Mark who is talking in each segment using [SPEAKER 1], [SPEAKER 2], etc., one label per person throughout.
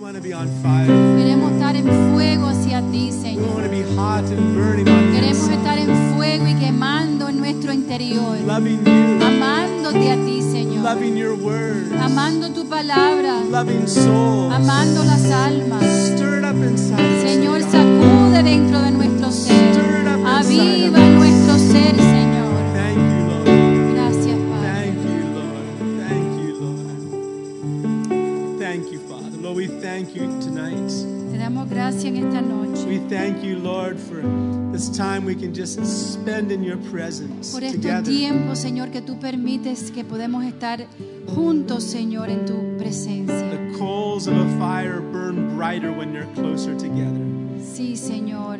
[SPEAKER 1] want to be on fire.
[SPEAKER 2] Queremos estar en fuego hacia ti,
[SPEAKER 1] We
[SPEAKER 2] Señor.
[SPEAKER 1] want to be hot and burning on the
[SPEAKER 2] Queremos
[SPEAKER 1] inside.
[SPEAKER 2] estar en fuego y quemando en nuestro interior.
[SPEAKER 1] Loving you,
[SPEAKER 2] Amándote a ti, Señor.
[SPEAKER 1] loving your word,
[SPEAKER 2] Amando tu palabra.
[SPEAKER 1] loving souls.
[SPEAKER 2] Amando las almas.
[SPEAKER 1] Stir it up inside us,
[SPEAKER 2] Señor,
[SPEAKER 1] oh God.
[SPEAKER 2] sacude dentro de nuestro ser. Aviva nuestro ser, Señor.
[SPEAKER 1] Thank you, Lord.
[SPEAKER 2] Gracias, Padre.
[SPEAKER 1] Thank you, Lord. Thank you, Lord. Thank you, Father. Lord, we thank you tonight.
[SPEAKER 2] Te damos gracias en esta noche.
[SPEAKER 1] We thank you, Lord, for this time we can just spend in your presence
[SPEAKER 2] Por estos
[SPEAKER 1] together.
[SPEAKER 2] tiempos, Señor, que tú permites que podemos estar juntos, Señor, en tu presencia.
[SPEAKER 1] The coals of a fire burn brighter when you're closer together.
[SPEAKER 2] Sí, Señor.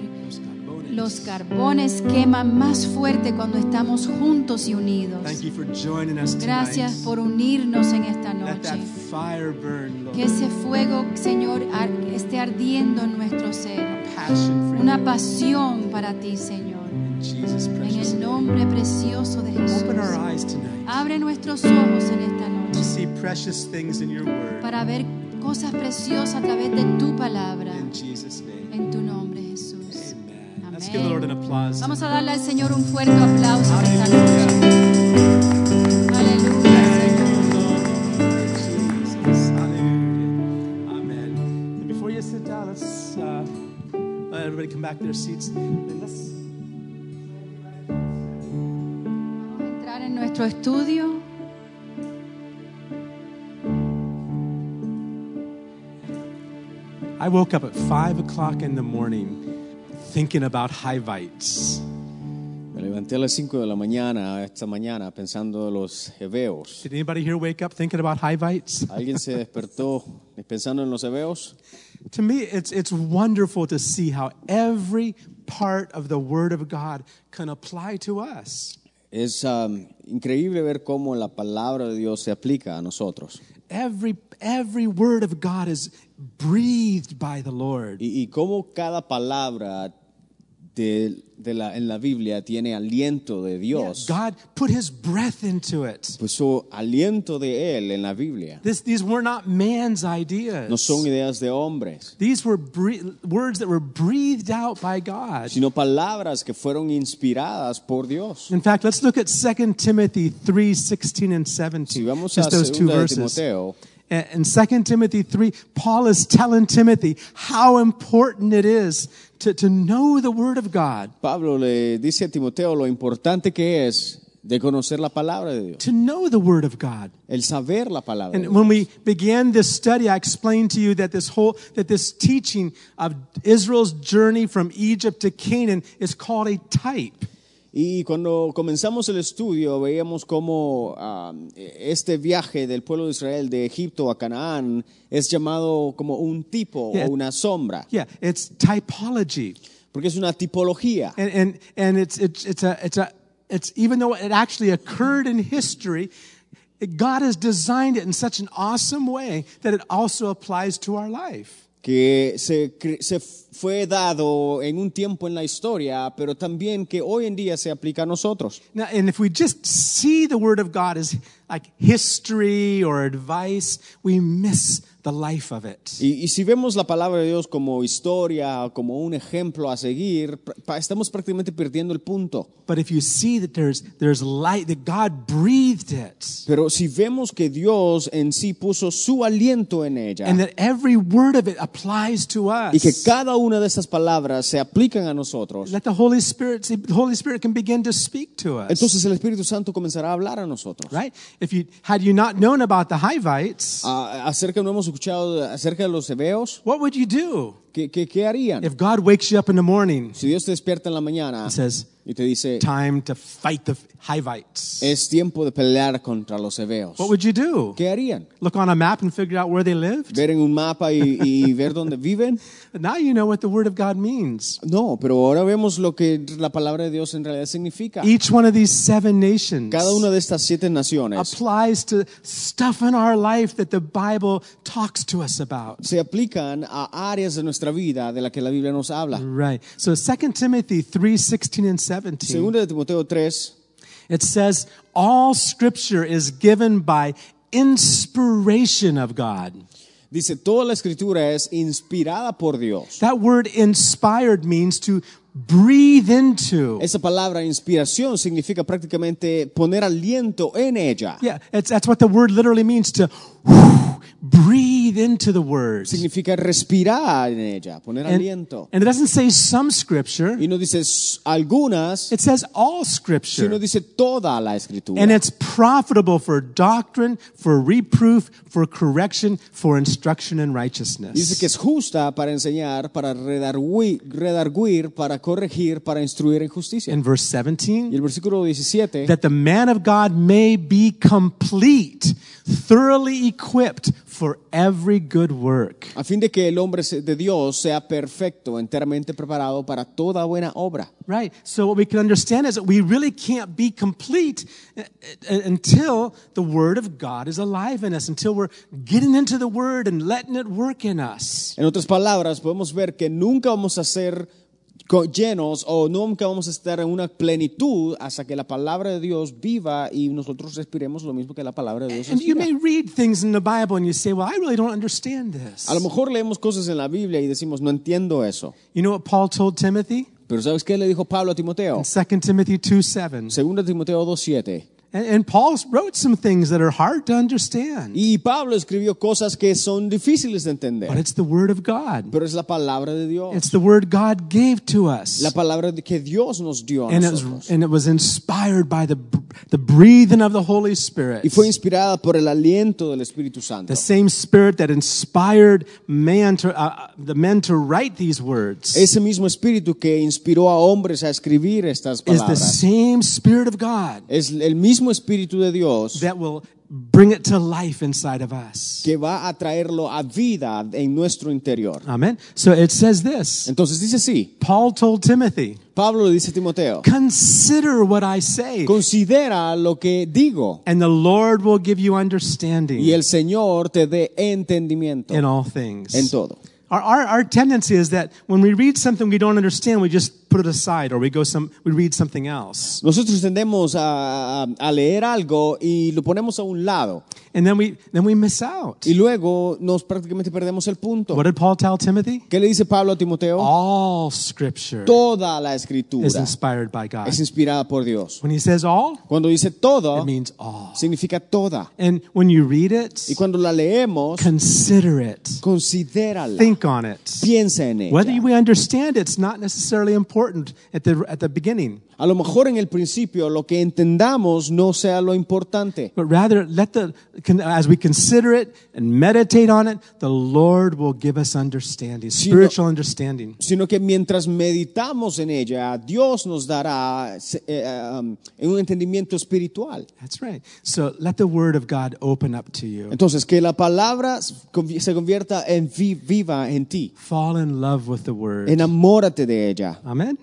[SPEAKER 2] Los carbones queman más fuerte cuando estamos juntos y
[SPEAKER 1] Thank
[SPEAKER 2] unidos.
[SPEAKER 1] you for joining us tonight.
[SPEAKER 2] Gracias por unirnos en esta
[SPEAKER 1] Let that
[SPEAKER 2] noche.
[SPEAKER 1] fire burn, Lord.
[SPEAKER 2] Que ese fuego, Señor, ar- esté ardiendo en nuestro ser.
[SPEAKER 1] Passion for
[SPEAKER 2] Una
[SPEAKER 1] you.
[SPEAKER 2] pasión para ti, Señor.
[SPEAKER 1] In Jesus'
[SPEAKER 2] En
[SPEAKER 1] precious
[SPEAKER 2] el
[SPEAKER 1] name.
[SPEAKER 2] nombre precioso de Jesús.
[SPEAKER 1] Open our eyes tonight
[SPEAKER 2] Abre nuestros ojos en esta
[SPEAKER 1] to
[SPEAKER 2] noche
[SPEAKER 1] see precious things in your word.
[SPEAKER 2] para ver cosas preciosas a través de tu palabra.
[SPEAKER 1] In Jesus' name.
[SPEAKER 2] En tu nombre, Jesús.
[SPEAKER 1] Amen.
[SPEAKER 2] Amen.
[SPEAKER 1] Let's give the Lord an applause.
[SPEAKER 2] Vamos a darle al Señor un fuerte aplauso en esta noche.
[SPEAKER 1] Hallelujah.
[SPEAKER 2] Aleluya,
[SPEAKER 1] Thank
[SPEAKER 2] Señor.
[SPEAKER 1] you, Lord Jesus. Hallelujah. Amen. And before you sit down, let's uh, let everybody come back to their seats. And let's
[SPEAKER 2] Vamos a entrar en nuestro estudio.
[SPEAKER 1] I woke up at five o'clock in the morning thinking about Hivites.
[SPEAKER 3] Me levanté a las 5 de la mañana, esta mañana, pensando en los hebeos.
[SPEAKER 1] Did anybody here wake up thinking about Hivites?
[SPEAKER 3] ¿Alguien se despertó pensando en los hebeos?
[SPEAKER 1] To me, it's, it's wonderful to see how every part of the Word of God can apply to us.
[SPEAKER 3] Es um, increíble ver cómo la palabra de Dios se aplica a nosotros
[SPEAKER 1] Every, every word of God is breathed by the Lord.
[SPEAKER 3] y, y cómo cada palabra de, de la, en la Biblia tiene aliento de Dios.
[SPEAKER 1] God put His breath into it.
[SPEAKER 3] Puso aliento de Él en la Biblia.
[SPEAKER 1] This, these were not man's ideas.
[SPEAKER 3] No son ideas de hombres,
[SPEAKER 1] These were bre- words that were breathed out by God.
[SPEAKER 3] sino palabras que fueron inspiradas por Dios.
[SPEAKER 1] In fact, let's look at 2 Timothy 3 16 and 17.
[SPEAKER 3] Si vamos a
[SPEAKER 1] just those two
[SPEAKER 3] 2 de
[SPEAKER 1] verses.
[SPEAKER 3] Timoteo,
[SPEAKER 1] And in 2 Timothy 3, Paul is telling Timothy how important it is to, to know the Word of God,
[SPEAKER 3] Pablo le dice a Timoteo lo importante que es de conocer la palabra de Dios,
[SPEAKER 1] to know the Word of God.
[SPEAKER 3] el saber la palabra. de
[SPEAKER 1] And
[SPEAKER 3] Dios.
[SPEAKER 1] when we began this study, I explained to you that this whole, that this teaching of Israel's journey from Egypt to Canaan is called a type.
[SPEAKER 3] Y cuando comenzamos el estudio veíamos cómo ah, este viaje del pueblo de Israel de Egipto a Canaán es llamado como un tipo
[SPEAKER 1] Yeah.
[SPEAKER 3] o una sombra,
[SPEAKER 1] Yeah, it's typology.
[SPEAKER 3] porque es una tipología.
[SPEAKER 1] and and and it's it's it's a it's a it's even though it actually occurred in history it- God has designed it in such an awesome way that it also applies to our life.
[SPEAKER 3] que se, cre- se fue dado en un tiempo en la historia, pero también que hoy en día se aplica a nosotros.
[SPEAKER 1] Now, and if we just see the Word of God as like history or advice, we miss the life of it.
[SPEAKER 3] Y, y si vemos la palabra de Dios como historia, o como un ejemplo a seguir, pr- pa- estamos prácticamente perdiendo el punto.
[SPEAKER 1] But if you see that there's there's light that God breathed it,
[SPEAKER 3] Pero si vemos que Dios en sí puso su aliento en ella
[SPEAKER 1] and that every word of it applies to us,
[SPEAKER 3] y que cada una de esas palabras se aplican a nosotros,
[SPEAKER 1] let the Holy Spirit see, the Holy Spirit can begin to speak to us.
[SPEAKER 3] entonces el Espíritu Santo comenzará a hablar a nosotros.
[SPEAKER 1] right? If you had you not known about the Hivites,
[SPEAKER 3] A- acerca no hemos escuchado de- acerca de los hebeos,
[SPEAKER 1] what would you do
[SPEAKER 3] ¿qué, qué, qué harían?
[SPEAKER 1] if God wakes you up in the morning
[SPEAKER 3] Si Dios te despierta en la mañana
[SPEAKER 1] and says,
[SPEAKER 3] y te dice,
[SPEAKER 1] "Time to fight the Hivites"?
[SPEAKER 3] es tiempo de pelear contra los hebeos,
[SPEAKER 1] What would you do?
[SPEAKER 3] ¿qué harían?
[SPEAKER 1] Look on a map and figure out where they lived.
[SPEAKER 3] ¿Ver en un mapa y- y ver dónde viven?
[SPEAKER 1] Now you know what the Word of God means.
[SPEAKER 3] No, pero ahora vemos lo que la palabra de Dios en realidad significa.
[SPEAKER 1] Each one of these seven nations
[SPEAKER 3] Cada una de estas siete naciones
[SPEAKER 1] applies to stuff in our life that the Bible talks to us about.
[SPEAKER 3] se aplican a áreas de nuestra vida de la que la Biblia nos habla.
[SPEAKER 1] Right. So 2 Timothy 3 16 and 17.
[SPEAKER 3] Segunda de Timoteo 3
[SPEAKER 1] It says, All scripture is given by inspiration of God.
[SPEAKER 3] Dice, toda la escritura es inspirada por Dios.
[SPEAKER 1] That word inspired means to breathe into.
[SPEAKER 3] Esa palabra inspiración significa prácticamente poner aliento en ella.
[SPEAKER 1] Yeah, it's, that's what the word literally means to breathe into the words.
[SPEAKER 3] Significa respirar en ella, poner aliento.
[SPEAKER 1] And it doesn't say some scripture,
[SPEAKER 3] Y no dice "S- algunas,
[SPEAKER 1] it says all
[SPEAKER 3] sino
[SPEAKER 1] scripture.
[SPEAKER 3] dice toda la escritura.
[SPEAKER 1] And it's profitable for doctrine, for reproof, for correction, for instruction in
[SPEAKER 3] Dice
[SPEAKER 1] righteousness.
[SPEAKER 3] que es justa para enseñar, para redargui- redarguir, para corregir, para instruir en justicia.
[SPEAKER 1] In verse
[SPEAKER 3] Y
[SPEAKER 1] 17,
[SPEAKER 3] el versículo 17,
[SPEAKER 1] that the man of God may be complete, thoroughly equipped for every good work.
[SPEAKER 3] a fin de que el hombre se- de Dios sea perfecto, enteramente preparado para toda buena obra.
[SPEAKER 1] Right. So what we can understand is that we really can't be complete uh, uh, until the Word of God is alive in us, until we're getting into the Word and letting it work in us.
[SPEAKER 3] En otras palabras, podemos ver que nunca vamos a ser co- llenos o nunca vamos a estar en una plenitud hasta que la palabra de Dios viva y nosotros respiremos lo mismo que la palabra de Dios.
[SPEAKER 1] And you
[SPEAKER 3] respira.
[SPEAKER 1] may read things in the Bible and you say, well, I really don't understand this.
[SPEAKER 3] A lo mejor leemos cosas en la Biblia y decimos, no entiendo eso.
[SPEAKER 1] You know what Paul told Timothy?
[SPEAKER 3] Pero ¿sabes qué le dijo Pablo a Timoteo?
[SPEAKER 1] In 2 Timothy 2 7.
[SPEAKER 3] 2 Timoteo 2.7.
[SPEAKER 1] And, and Paul wrote some things that are hard to understand,
[SPEAKER 3] Y Pablo escribió cosas que son difíciles de
[SPEAKER 1] but
[SPEAKER 3] entender,
[SPEAKER 1] it's the Word of God.
[SPEAKER 3] pero es la palabra de Dios,
[SPEAKER 1] It's the Word God gave to us.
[SPEAKER 3] la palabra de- que Dios nos dio a
[SPEAKER 1] and it was,
[SPEAKER 3] nosotros.
[SPEAKER 1] and it was inspired by the the breathing of the Holy Spirit.
[SPEAKER 3] Y fue inspirada por el aliento del Espíritu Santo.
[SPEAKER 1] the same Spirit that inspired man to uh, the men to write these words
[SPEAKER 3] Ese mismo espíritu que inspiró a hombres a escribir estas
[SPEAKER 1] is the
[SPEAKER 3] palabras
[SPEAKER 1] same Spirit of God
[SPEAKER 3] es el mismo espíritu de Dios
[SPEAKER 1] that will bring it to life inside of us.
[SPEAKER 3] que va a traerlo a vida en nuestro interior.
[SPEAKER 1] Amen. So it says this.
[SPEAKER 3] Entonces dice sí,
[SPEAKER 1] Paul told Timothy,
[SPEAKER 3] Pablo le dice a Timoteo,
[SPEAKER 1] "Consider what I say,
[SPEAKER 3] considera lo que digo
[SPEAKER 1] and the Lord will give you understanding
[SPEAKER 3] y el Señor te dé entendimiento
[SPEAKER 1] in all things."
[SPEAKER 3] en todo.
[SPEAKER 1] Our, our, our tendency is that when we read something we don't understand, we just put it aside or we go some, we read something else.
[SPEAKER 3] Nosotros tendemos a, a- a leer algo y lo ponemos a un lado
[SPEAKER 1] And then we, then we miss out.
[SPEAKER 3] y luego nos prácticamente perdemos el punto.
[SPEAKER 1] What did Paul tell Timothy?
[SPEAKER 3] ¿Qué le dice Pablo a
[SPEAKER 1] Ah.
[SPEAKER 3] Timoteo?
[SPEAKER 1] All scripture
[SPEAKER 3] Toda la
[SPEAKER 1] is
[SPEAKER 3] escritura
[SPEAKER 1] inspired by God.
[SPEAKER 3] es inspirada por Dios.
[SPEAKER 1] When he says all,
[SPEAKER 3] Cuando dice todo,
[SPEAKER 1] it means all.
[SPEAKER 3] significa toda.
[SPEAKER 1] And when you read it,
[SPEAKER 3] Y cuando la leemos,
[SPEAKER 1] consider it.
[SPEAKER 3] considérala,
[SPEAKER 1] Think on it.
[SPEAKER 3] piensa en
[SPEAKER 1] Whether
[SPEAKER 3] ella.
[SPEAKER 1] we understand it's not necessarily important at the, at the beginning,
[SPEAKER 3] A lo mejor en el principio lo que entendamos no sea lo importante,
[SPEAKER 1] but rather let the, con- as we consider it and meditate on it, the Lord will give us understanding,
[SPEAKER 3] no-
[SPEAKER 1] spiritual understanding.
[SPEAKER 3] sino que mientras meditamos en ella, Dios nos dará se- eh, um, un entendimiento espiritual.
[SPEAKER 1] That's right. So let the word of God open up to you.
[SPEAKER 3] Entonces, que la palabra se convi- se convierta en vi- viva en ti.
[SPEAKER 1] Fall in love with the word.
[SPEAKER 3] Enamórate de ella.
[SPEAKER 1] Amen.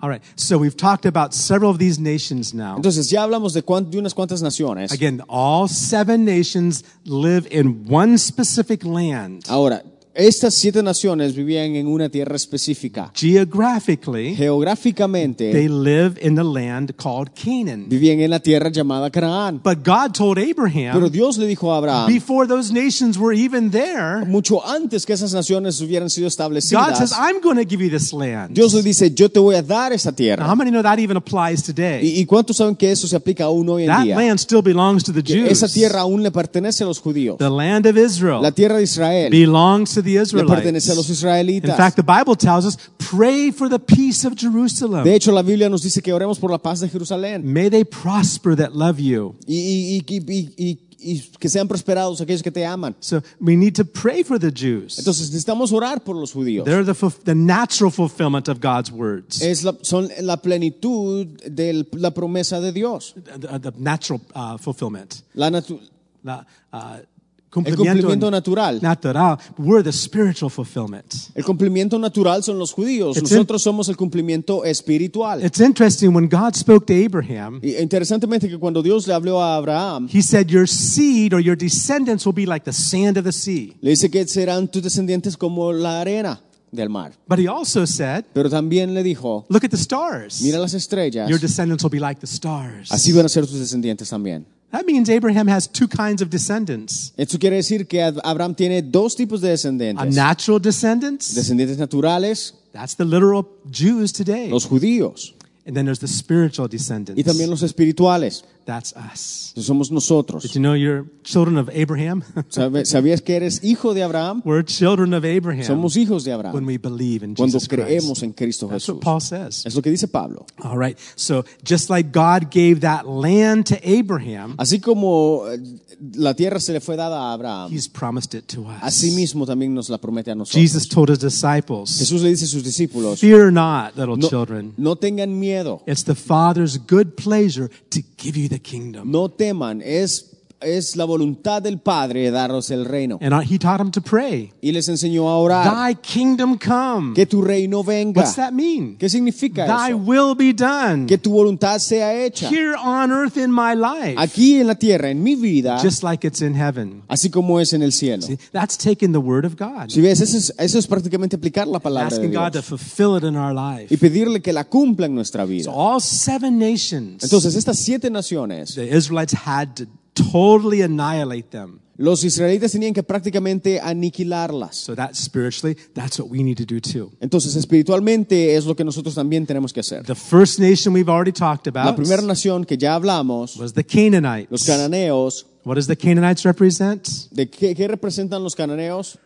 [SPEAKER 1] All right. So we've talked about several of these nations now.
[SPEAKER 3] Entonces, ya hablamos de, cuan- de unas cuantas naciones.
[SPEAKER 1] Again, all seven nations live in one specific land.
[SPEAKER 3] Ahora, estas siete naciones vivían en una tierra específica.
[SPEAKER 1] Geographically,
[SPEAKER 3] Geográficamente,
[SPEAKER 1] they live in the land called Canaan.
[SPEAKER 3] vivían en la tierra llamada Canaán.
[SPEAKER 1] But God told Abraham,
[SPEAKER 3] Pero Dios le dijo a Abraham,
[SPEAKER 1] before those nations were even there,
[SPEAKER 3] mucho antes que esas naciones hubieran sido
[SPEAKER 1] God says,
[SPEAKER 3] establecidas,
[SPEAKER 1] I'm going to give you this land.
[SPEAKER 3] Dios le dice, yo te voy a dar esa
[SPEAKER 1] now,
[SPEAKER 3] tierra.
[SPEAKER 1] how many know that even applies today?
[SPEAKER 3] ¿Y, y cuántos saben que eso se aplica aún hoy en
[SPEAKER 1] That
[SPEAKER 3] día?
[SPEAKER 1] land still belongs to the
[SPEAKER 3] Que
[SPEAKER 1] Jews.
[SPEAKER 3] esa tierra aún le pertenece a los judíos.
[SPEAKER 1] The land of Israel
[SPEAKER 3] La tierra de Israel
[SPEAKER 1] belongs to the
[SPEAKER 3] le pertenece a los
[SPEAKER 1] Israelites. In
[SPEAKER 3] israelitas.
[SPEAKER 1] fact, the Bible tells us, pray for the peace of Jerusalem.
[SPEAKER 3] De hecho, la Biblia nos dice que oremos por la paz de Jerusalén
[SPEAKER 1] May they prosper that love you.
[SPEAKER 3] y, y- y- y- y- y que sean prosperados aquellos que te aman.
[SPEAKER 1] So we need to pray for the Jews.
[SPEAKER 3] Entonces necesitamos orar por los judíos.
[SPEAKER 1] They're the, fuf- the natural fulfillment of God's words,
[SPEAKER 3] Es la, son la plenitud de la promesa de Dios.
[SPEAKER 1] the, the natural uh, fulfillment.
[SPEAKER 3] La natu-
[SPEAKER 1] La, uh,
[SPEAKER 3] el
[SPEAKER 1] cumplimiento
[SPEAKER 3] cumplimiento
[SPEAKER 1] en-
[SPEAKER 3] natural.
[SPEAKER 1] natural. We're the spiritual fulfillment.
[SPEAKER 3] El cumplimiento natural son los judíos.
[SPEAKER 1] It's
[SPEAKER 3] Nosotros somos el cumplimiento espiritual.
[SPEAKER 1] It's interesting when God spoke to Abraham,
[SPEAKER 3] Y e interesantemente que cuando Dios le habló a Abraham,
[SPEAKER 1] he said, Your seed or your descendants will be like the sand of the sea.
[SPEAKER 3] le dice que serán tus descendientes como la arena. del mar.
[SPEAKER 1] But he also said,
[SPEAKER 3] Pero también le dijo,
[SPEAKER 1] Look at the stars.
[SPEAKER 3] mira las estrellas,
[SPEAKER 1] Your descendants will be like the stars.
[SPEAKER 3] así van a ser tus descendientes también.
[SPEAKER 1] That means Abraham has two kinds of descendants
[SPEAKER 3] Esto quiere decir que Ab- Abraham tiene dos tipos de
[SPEAKER 1] a
[SPEAKER 3] descendientes.
[SPEAKER 1] natural descendants,
[SPEAKER 3] Descendientes naturales,
[SPEAKER 1] that's the literal Jews today,
[SPEAKER 3] los judíos,
[SPEAKER 1] and then there's the spiritual
[SPEAKER 3] y también
[SPEAKER 1] descendants,
[SPEAKER 3] los espirituales,
[SPEAKER 1] that's us.
[SPEAKER 3] que somos nosotros.
[SPEAKER 1] Did you know you're children of Abraham?
[SPEAKER 3] ¿Sabe- ¿Sabías que eres hijo de Abraham?
[SPEAKER 1] We're children of Abraham
[SPEAKER 3] Somos hijos de
[SPEAKER 1] when
[SPEAKER 3] Abraham
[SPEAKER 1] we believe in
[SPEAKER 3] cuando
[SPEAKER 1] Jesus Christ.
[SPEAKER 3] creemos en Cristo
[SPEAKER 1] That's
[SPEAKER 3] Jesús.
[SPEAKER 1] what Paul says.
[SPEAKER 3] Es lo que dice Pablo.
[SPEAKER 1] All right. So just like God gave that land to Abraham,
[SPEAKER 3] Así como eh, la tierra se le fue dada a Abraham,
[SPEAKER 1] he's promised it to us.
[SPEAKER 3] asimismo también nos la promete a nosotros.
[SPEAKER 1] Jesus told his disciples,
[SPEAKER 3] Jesús le dice a sus discípulos,
[SPEAKER 1] Fear not, little
[SPEAKER 3] no,
[SPEAKER 1] children.
[SPEAKER 3] no tengan miedo,
[SPEAKER 1] It's the Father's good pleasure to give you the kingdom.
[SPEAKER 3] no teman, es, es la voluntad del Padre daros el reino.
[SPEAKER 1] And uh, he taught them to pray.
[SPEAKER 3] Y les enseñó a orar,
[SPEAKER 1] Thy kingdom come.
[SPEAKER 3] que tu reino venga.
[SPEAKER 1] What's that mean?
[SPEAKER 3] ¿Qué significa
[SPEAKER 1] Thy
[SPEAKER 3] eso?
[SPEAKER 1] will be done
[SPEAKER 3] Que tu voluntad sea hecha
[SPEAKER 1] here on earth in my life,
[SPEAKER 3] aquí en la tierra, en mi vida,
[SPEAKER 1] just like it's in heaven.
[SPEAKER 3] así como es en el cielo.
[SPEAKER 1] See, that's taking the word of God,
[SPEAKER 3] Si ves, eso es, eso es prácticamente aplicar la palabra de
[SPEAKER 1] asking God to
[SPEAKER 3] Dios
[SPEAKER 1] fulfill it in our life.
[SPEAKER 3] y pedirle que la cumpla en nuestra vida.
[SPEAKER 1] So all seven nations,
[SPEAKER 3] Entonces, estas siete naciones,
[SPEAKER 1] the Israelites had to totally annihilate them.
[SPEAKER 3] los israelitas tenían que prácticamente aniquilarlas.
[SPEAKER 1] So that spiritually, that's what we need to do too.
[SPEAKER 3] Entonces, espiritualmente es lo que nosotros también tenemos que hacer.
[SPEAKER 1] The first nation we've already talked
[SPEAKER 3] La
[SPEAKER 1] about
[SPEAKER 3] primera nación que ya hablamos,
[SPEAKER 1] was the Canaanites.
[SPEAKER 3] los cananeos,
[SPEAKER 1] What does the Canaanites represent?
[SPEAKER 3] ¿de qué, qué representan los cananeos?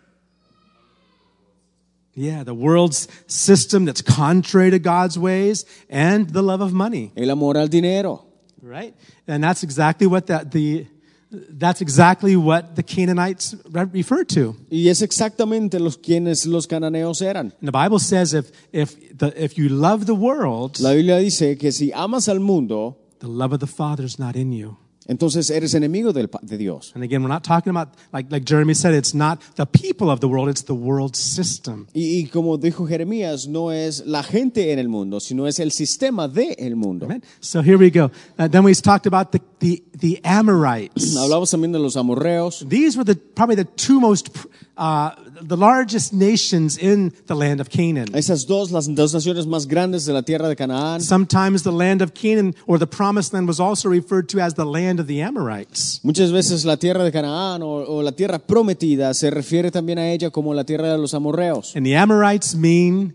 [SPEAKER 1] Yeah, the world's system that's contrary to God's ways and the love of money,
[SPEAKER 3] El amor al dinero.
[SPEAKER 1] right? And that's exactly what that the that's exactly what the Canaanites re- refer to.
[SPEAKER 3] Y es exactamente los quienes los cananeos eran.
[SPEAKER 1] And the Bible says if if the if you love the world,
[SPEAKER 3] La Biblia dice que si amas al mundo,
[SPEAKER 1] the love of the Father's not in you.
[SPEAKER 3] entonces eres enemigo del pa- de Dios.
[SPEAKER 1] And again, we're not talking about like like Jeremy said, it's not the people of the world, it's the world system.
[SPEAKER 3] Y, y como dijo Jeremías, no es la gente en el mundo, sino es el sistema del mundo.
[SPEAKER 1] Amen. So here we go. Uh, then we talked about the the, the Amorites.
[SPEAKER 3] Hablamos también de los amorreos.
[SPEAKER 1] These were the, probably the two most, pr- uh, the largest nations in the land of Canaan.
[SPEAKER 3] Esas dos, las dos naciones más grandes de la tierra de Canaán.
[SPEAKER 1] Sometimes the land of Canaan or the promised land was also referred to as the land of the Amorites.
[SPEAKER 3] Muchas veces la tierra de Canaán o, o la tierra prometida se refiere también a ella como la tierra de los amorreos.
[SPEAKER 1] And the Amorites mean,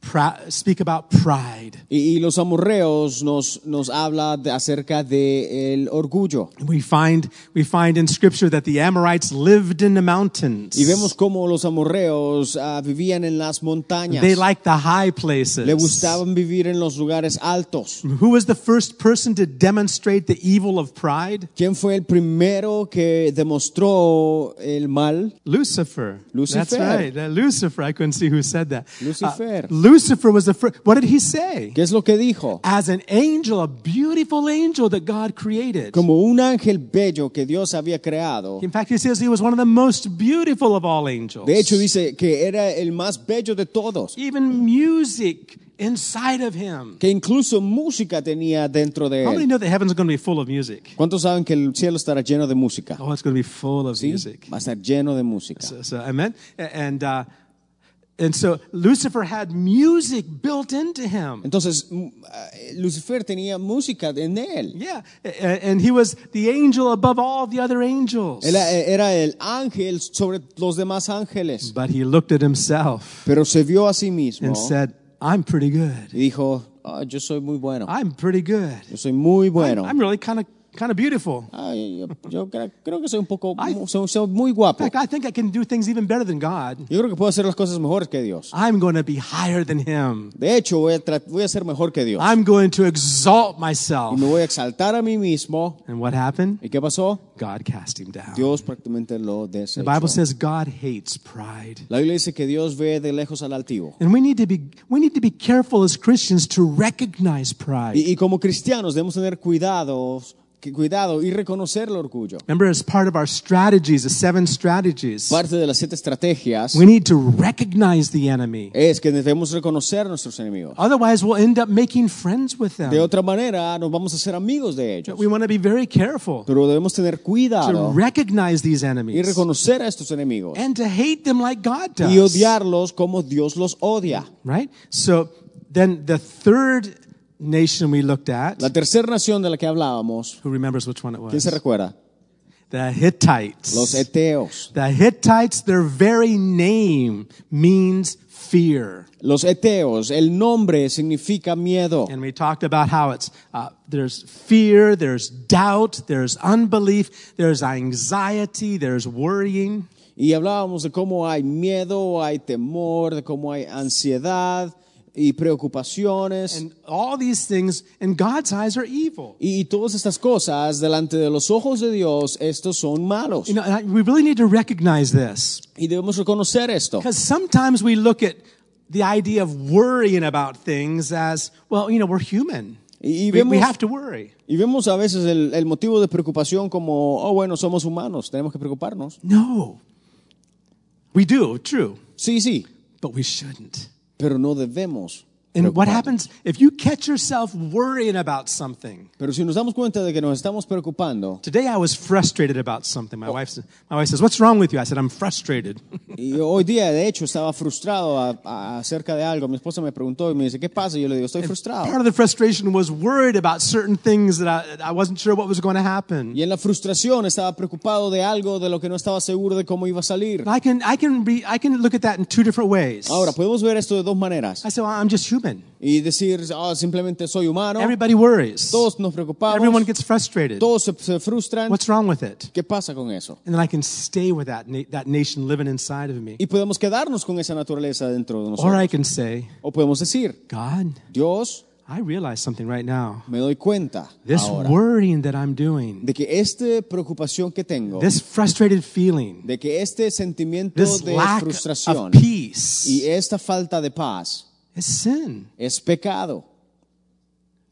[SPEAKER 1] pri- speak about pride.
[SPEAKER 3] Y, y los amorreos nos, nos habla de- acerca del orgullo.
[SPEAKER 1] We find, we find in scripture that the Amorites lived in the mountains.
[SPEAKER 3] Y vemos cómo los amorreos ah, vivían en las montañas.
[SPEAKER 1] They liked the high
[SPEAKER 3] Le
[SPEAKER 1] places.
[SPEAKER 3] gustaban vivir en los lugares altos.
[SPEAKER 1] Who was the first person to demonstrate the evil of pride?
[SPEAKER 3] ¿Quién fue el primero que demostró el mal?
[SPEAKER 1] Lucifer.
[SPEAKER 3] Lucifer.
[SPEAKER 1] That's right. Uh, Lucifer. I couldn't see who said that.
[SPEAKER 3] Lucifer.
[SPEAKER 1] Uh, Lucifer was the first. What did he say?
[SPEAKER 3] ¿Qué es lo que dijo?
[SPEAKER 1] As an angel, a beautiful angel that God created.
[SPEAKER 3] Como un ángel bello que Dios había creado.
[SPEAKER 1] In fact, he says he was one of the most beautiful of all angels.
[SPEAKER 3] De hecho, dice que era el más bello de todos,
[SPEAKER 1] Even music inside of him.
[SPEAKER 3] que incluso música tenía dentro de
[SPEAKER 1] How many
[SPEAKER 3] él.
[SPEAKER 1] know that heaven's going to be full of music?
[SPEAKER 3] ¿Cuántos saben que el cielo estará lleno de música?
[SPEAKER 1] Oh, it's going to be full of
[SPEAKER 3] ¿Sí?
[SPEAKER 1] music.
[SPEAKER 3] Va a estar lleno de música.
[SPEAKER 1] So, so amen. A- And uh, and so Lucifer had music built into him.
[SPEAKER 3] Entonces, m- ah, Lucifer tenía música en él.
[SPEAKER 1] Yeah, a- a- and he was the angel above all the other angels.
[SPEAKER 3] Él eh, era el ángel sobre los demás ángeles.
[SPEAKER 1] But he looked at himself
[SPEAKER 3] Pero se vio a sí mismo
[SPEAKER 1] and said, I'm pretty
[SPEAKER 3] y
[SPEAKER 1] good.
[SPEAKER 3] dijo, "Ah, yo soy muy bueno,
[SPEAKER 1] I'm pretty good.
[SPEAKER 3] yo soy muy bueno.
[SPEAKER 1] I'm really kind of kind of beautiful.
[SPEAKER 3] Ay, yo, yo cre- creo que soy un poco,
[SPEAKER 1] I-
[SPEAKER 3] mu- soy, soy muy guapo.
[SPEAKER 1] In fact, I think I can do things even better than God.
[SPEAKER 3] Yo creo que puedo hacer las cosas mejores que Dios.
[SPEAKER 1] I'm going to be higher than him.
[SPEAKER 3] De hecho, voy a, tra- voy a ser mejor que Dios.
[SPEAKER 1] I'm going to exalt
[SPEAKER 3] Y
[SPEAKER 1] myself.
[SPEAKER 3] me voy a exaltar a mí mismo.
[SPEAKER 1] And what happened?
[SPEAKER 3] ¿Y qué pasó?
[SPEAKER 1] God cast him down.
[SPEAKER 3] Dios prácticamente lo
[SPEAKER 1] The Bible
[SPEAKER 3] desechó.
[SPEAKER 1] says God hates pride.
[SPEAKER 3] La Biblia dice que Dios ve de lejos al altivo.
[SPEAKER 1] And we need to be we need to be careful as Christians to recognize pride.
[SPEAKER 3] Y, y como cristianos debemos tener cuidados que- cuidado y reconocer el orgullo.
[SPEAKER 1] Remember, as part of our strategies, the seven strategies,
[SPEAKER 3] Parte de las siete estrategias
[SPEAKER 1] we need to recognize the enemy.
[SPEAKER 3] es que debemos reconocer a nuestros enemigos.
[SPEAKER 1] Otherwise, we'll end up making friends with
[SPEAKER 3] De
[SPEAKER 1] them.
[SPEAKER 3] otra manera, nos vamos a hacer amigos de ellos.
[SPEAKER 1] We want to be very careful
[SPEAKER 3] Pero debemos tener
[SPEAKER 1] to
[SPEAKER 3] cuidado
[SPEAKER 1] recognize these
[SPEAKER 3] y
[SPEAKER 1] enemies
[SPEAKER 3] reconocer a estos enemigos
[SPEAKER 1] and to hate them like God
[SPEAKER 3] y
[SPEAKER 1] does.
[SPEAKER 3] odiarlos como Dios los odia.
[SPEAKER 1] Right? So then the third nation we looked at,
[SPEAKER 3] La tercera nación de la que hablábamos,
[SPEAKER 1] who remembers which one it
[SPEAKER 3] ¿quién se
[SPEAKER 1] was?
[SPEAKER 3] recuerda?
[SPEAKER 1] The Hittites.
[SPEAKER 3] Los eteos.
[SPEAKER 1] The Hittites, their very name means fear.
[SPEAKER 3] Los eteos, el nombre significa miedo.
[SPEAKER 1] And we talked about how it's, uh, there's fear, there's doubt, there's unbelief, there's anxiety, there's worrying.
[SPEAKER 3] Y hablábamos de cómo hay miedo, hay temor, de cómo hay ansiedad y preocupaciones.
[SPEAKER 1] And all these things in God's eyes are evil.
[SPEAKER 3] Y, y todas estas cosas, delante de los ojos de Dios, estos son malos.
[SPEAKER 1] You know, and I- we really need to recognize this
[SPEAKER 3] Y debemos reconocer esto.
[SPEAKER 1] because sometimes we look at the idea of worrying about things as, well, you know, we're human.
[SPEAKER 3] Y, y
[SPEAKER 1] We, we
[SPEAKER 3] vemos,
[SPEAKER 1] have to worry.
[SPEAKER 3] y vemos a veces el, el motivo de preocupación como, oh, bueno, somos humanos, tenemos que preocuparnos.
[SPEAKER 1] No. We do, true,
[SPEAKER 3] Sí, sí,
[SPEAKER 1] but we shouldn't.
[SPEAKER 3] pero no debemos.
[SPEAKER 1] And what
[SPEAKER 3] preocuparnos.
[SPEAKER 1] happens if you catch yourself worrying about something?
[SPEAKER 3] Pero si nos damos cuenta de que nos estamos preocupando,
[SPEAKER 1] Today I was frustrated about something.
[SPEAKER 3] Oh.
[SPEAKER 1] My wife says, my wife says, "What's wrong with you?" I said, "I'm frustrated."
[SPEAKER 3] y hoy día de hecho estaba frustrado a- a- acerca de algo, mi esposa me preguntó y me dice, ¿qué pasa? Y yo le digo, estoy frustrado.
[SPEAKER 1] Part of the frustration was worried about certain things that I, I wasn't sure what was going to happen.
[SPEAKER 3] Y en la frustración estaba preocupado de algo de lo que no estaba seguro de cómo iba a salir.
[SPEAKER 1] I can I can be I can look at that in two different ways.
[SPEAKER 3] Ahora, podemos ver esto de dos maneras.
[SPEAKER 1] I say, well, "I'm just human.
[SPEAKER 3] Y decir, "Ah, simplemente soy humano,
[SPEAKER 1] Everybody worries.
[SPEAKER 3] todos nos preocupamos,
[SPEAKER 1] Everyone gets frustrated.
[SPEAKER 3] todos se, se frustran.
[SPEAKER 1] What's wrong with it?"
[SPEAKER 3] ¿Qué pasa con eso?
[SPEAKER 1] And then I can stay with that na- that nation living inside of me,
[SPEAKER 3] Y podemos quedarnos con esa naturaleza dentro de
[SPEAKER 1] or
[SPEAKER 3] nosotros.
[SPEAKER 1] I can say,
[SPEAKER 3] O podemos decir,
[SPEAKER 1] "God,
[SPEAKER 3] Dios,
[SPEAKER 1] I realize something right now.
[SPEAKER 3] me doy cuenta
[SPEAKER 1] This
[SPEAKER 3] ahora
[SPEAKER 1] worrying that I'm doing,
[SPEAKER 3] de que esta preocupación que tengo,
[SPEAKER 1] this frustrated feeling,
[SPEAKER 3] de que este sentimiento
[SPEAKER 1] this
[SPEAKER 3] de
[SPEAKER 1] lack
[SPEAKER 3] frustración
[SPEAKER 1] of peace
[SPEAKER 3] y esta falta de paz
[SPEAKER 1] is sin.
[SPEAKER 3] es pecado.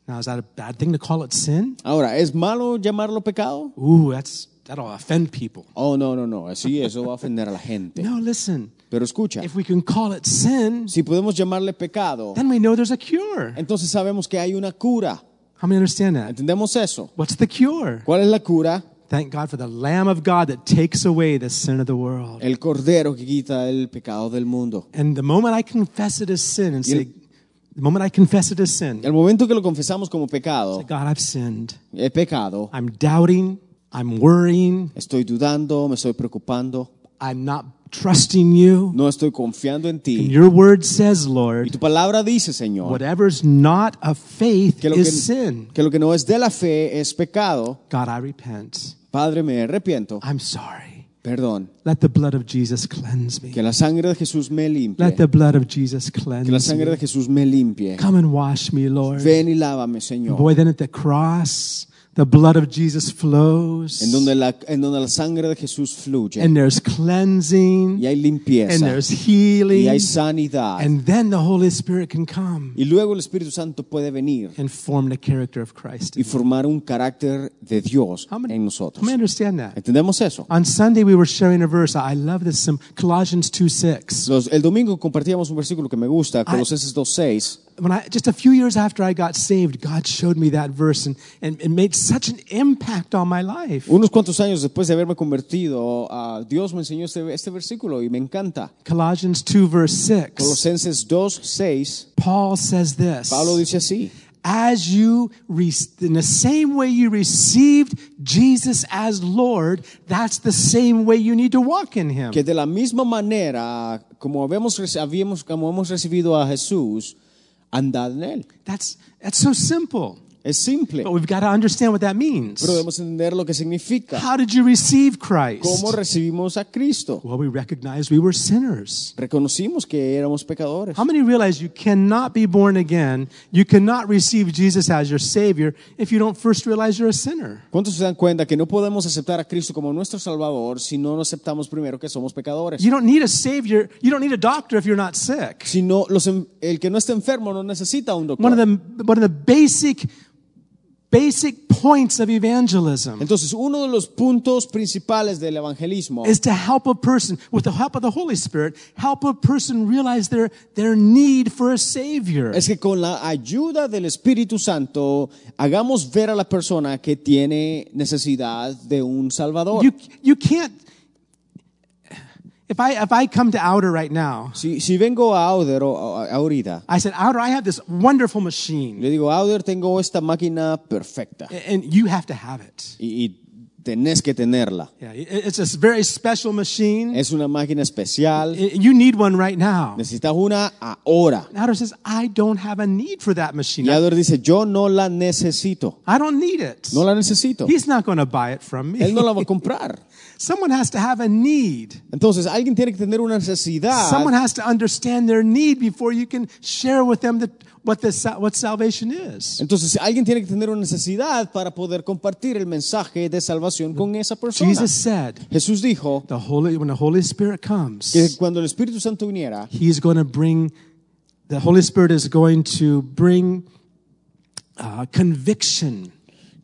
[SPEAKER 1] Now, is that a bad thing to call it sin?
[SPEAKER 3] Ahora, ¿es malo llamarlo pecado?
[SPEAKER 1] Ooh, that's that'll offend people.
[SPEAKER 3] Oh, no, no, no. Así eso va a ofender a la gente.
[SPEAKER 1] No, listen.
[SPEAKER 3] Pero escucha,
[SPEAKER 1] If we can call it sin,
[SPEAKER 3] si podemos llamarle pecado,
[SPEAKER 1] then we know there's a cure.
[SPEAKER 3] entonces sabemos que hay una cura.
[SPEAKER 1] How many understand that?
[SPEAKER 3] ¿Entendemos eso?
[SPEAKER 1] What's the cure?
[SPEAKER 3] ¿Cuál es la cura?
[SPEAKER 1] Thank God for the Lamb of God that takes away the sin of the world.
[SPEAKER 3] El cordero que quita el pecado del mundo.
[SPEAKER 1] And the moment I confess it as sin and
[SPEAKER 3] el-
[SPEAKER 1] say, the moment I confess it as sin,
[SPEAKER 3] El momento que lo confesamos como pecado,
[SPEAKER 1] God, I've sinned.
[SPEAKER 3] he pecado,
[SPEAKER 1] I'm doubting. I'm worrying.
[SPEAKER 3] estoy dudando, me estoy preocupando,
[SPEAKER 1] I'm not trusting you.
[SPEAKER 3] no estoy confiando en
[SPEAKER 1] And
[SPEAKER 3] ti.
[SPEAKER 1] your word says,
[SPEAKER 3] Y
[SPEAKER 1] Lord,
[SPEAKER 3] tu palabra dice, Señor,
[SPEAKER 1] whatever's not of faith
[SPEAKER 3] que lo
[SPEAKER 1] is sin.
[SPEAKER 3] que, que lo que no es de la fe es pecado.
[SPEAKER 1] God, I repent.
[SPEAKER 3] Padre, me arrepiento.
[SPEAKER 1] I'm sorry.
[SPEAKER 3] Perdón.
[SPEAKER 1] Let the blood of Jesus cleanse me.
[SPEAKER 3] Que la sangre de Jesús me
[SPEAKER 1] Let
[SPEAKER 3] limpie.
[SPEAKER 1] the blood of Jesus cleanse
[SPEAKER 3] Que la sangre
[SPEAKER 1] me.
[SPEAKER 3] de Jesús me limpie.
[SPEAKER 1] Come and wash me, Lord.
[SPEAKER 3] Ven y lávame, Señor.
[SPEAKER 1] Boy, then at the cross, the blood of Jesus flows.
[SPEAKER 3] en donde la, en donde la sangre de Jesús fluye
[SPEAKER 1] And there's cleansing.
[SPEAKER 3] y hay
[SPEAKER 1] And
[SPEAKER 3] limpieza
[SPEAKER 1] there's
[SPEAKER 3] y hay
[SPEAKER 1] healing.
[SPEAKER 3] sanidad
[SPEAKER 1] And then the Holy Spirit can come
[SPEAKER 3] y luego el Espíritu Santo puede venir
[SPEAKER 1] and form the character of Christ.
[SPEAKER 3] y formar un carácter de Dios
[SPEAKER 1] How many,
[SPEAKER 3] en
[SPEAKER 1] how
[SPEAKER 3] nosotros.
[SPEAKER 1] many understand that?
[SPEAKER 3] ¿Entendemos eso?
[SPEAKER 1] On Sunday, we were sharing a verse. I love this. Some, Colossians 2 6.
[SPEAKER 3] Los- el domingo compartíamos un versículo que me gusta, Colosenses 2.6,
[SPEAKER 1] when I just a few years after I got saved, God showed me that verse and, and it made such an impact on my life.
[SPEAKER 3] unos cuantos años después de haberme convertido, ah, Dios me enseñó este, este versículo y me encanta.
[SPEAKER 1] Colossians 2, verse 6.
[SPEAKER 3] Colosenses 2.6,
[SPEAKER 1] Paul says this
[SPEAKER 3] Pablo dice así,
[SPEAKER 1] As you, re- in the same way you received Jesus as Lord, that's the same way you need to walk in Him.
[SPEAKER 3] que de la misma manera como habíamos, reci- habíamos- como hemos recibido a Jesús, andad en él.
[SPEAKER 1] That's, that's so simple.
[SPEAKER 3] Es simple,
[SPEAKER 1] But we've got to understand what that means.
[SPEAKER 3] pero debemos entender lo que significa.
[SPEAKER 1] How did you receive
[SPEAKER 3] ¿Cómo
[SPEAKER 1] Christ?
[SPEAKER 3] recibimos a Cristo?
[SPEAKER 1] Well, we recognized we were sinners.
[SPEAKER 3] Reconocimos que éramos pecadores.
[SPEAKER 1] How many realize you cannot be born again? You cannot receive Jesus as your Savior if you don't first realize you're a sinner.
[SPEAKER 3] ¿Cuántos se dan cuenta que no podemos aceptar a Cristo como nuestro Salvador si no nos aceptamos primero que somos pecadores?
[SPEAKER 1] You don't need a Savior. You don't need a doctor if you're not sick.
[SPEAKER 3] Si no, los en- el que no está enfermo no necesita un
[SPEAKER 1] One of
[SPEAKER 3] doctor.
[SPEAKER 1] the one of the basic basic points of evangelism
[SPEAKER 3] Entonces, uno de los puntos principales del evangelismo
[SPEAKER 1] is to help a person, with the help of the Holy Spirit, help a person realize their, their need for a Savior.
[SPEAKER 3] es que con la ayuda del Espíritu Santo hagamos ver a la persona que tiene necesidad de un Salvador.
[SPEAKER 1] You, you can't, if I, if I come to Outer right now,
[SPEAKER 3] si, si vengo a Auder o- a- a- ahorita,
[SPEAKER 1] I said, Outer, I have this wonderful machine
[SPEAKER 3] le digo, Auder, tengo esta máquina perfecta
[SPEAKER 1] and you have to have it.
[SPEAKER 3] y, y tenés que tenerla.
[SPEAKER 1] Yeah, it- it's a very special machine.
[SPEAKER 3] Es una máquina especial,
[SPEAKER 1] I- You need one right now.
[SPEAKER 3] necesitas una ahora.
[SPEAKER 1] And Outer says, I don't have a need for that machine.
[SPEAKER 3] Y Auder dice, yo no la necesito,
[SPEAKER 1] I don't need it.
[SPEAKER 3] no la necesito.
[SPEAKER 1] He's not going to buy it from
[SPEAKER 3] Él no
[SPEAKER 1] me.
[SPEAKER 3] la va a comprar.
[SPEAKER 1] Someone has to have a need.
[SPEAKER 3] Entonces, alguien tiene que tener una necesidad.
[SPEAKER 1] Someone has to understand their need before you can share with them that what, the, sa- what salvation is.
[SPEAKER 3] Entonces, alguien tiene que tener una necesidad para poder compartir el mensaje de salvación con esa persona.
[SPEAKER 1] Jesus said,
[SPEAKER 3] Jesús dijo
[SPEAKER 1] the Holy, when the Holy Spirit
[SPEAKER 3] que
[SPEAKER 1] comes,
[SPEAKER 3] cuando el Espíritu Santo viniera,
[SPEAKER 1] He's going to bring, the Holy Spirit is going to bring uh, conviction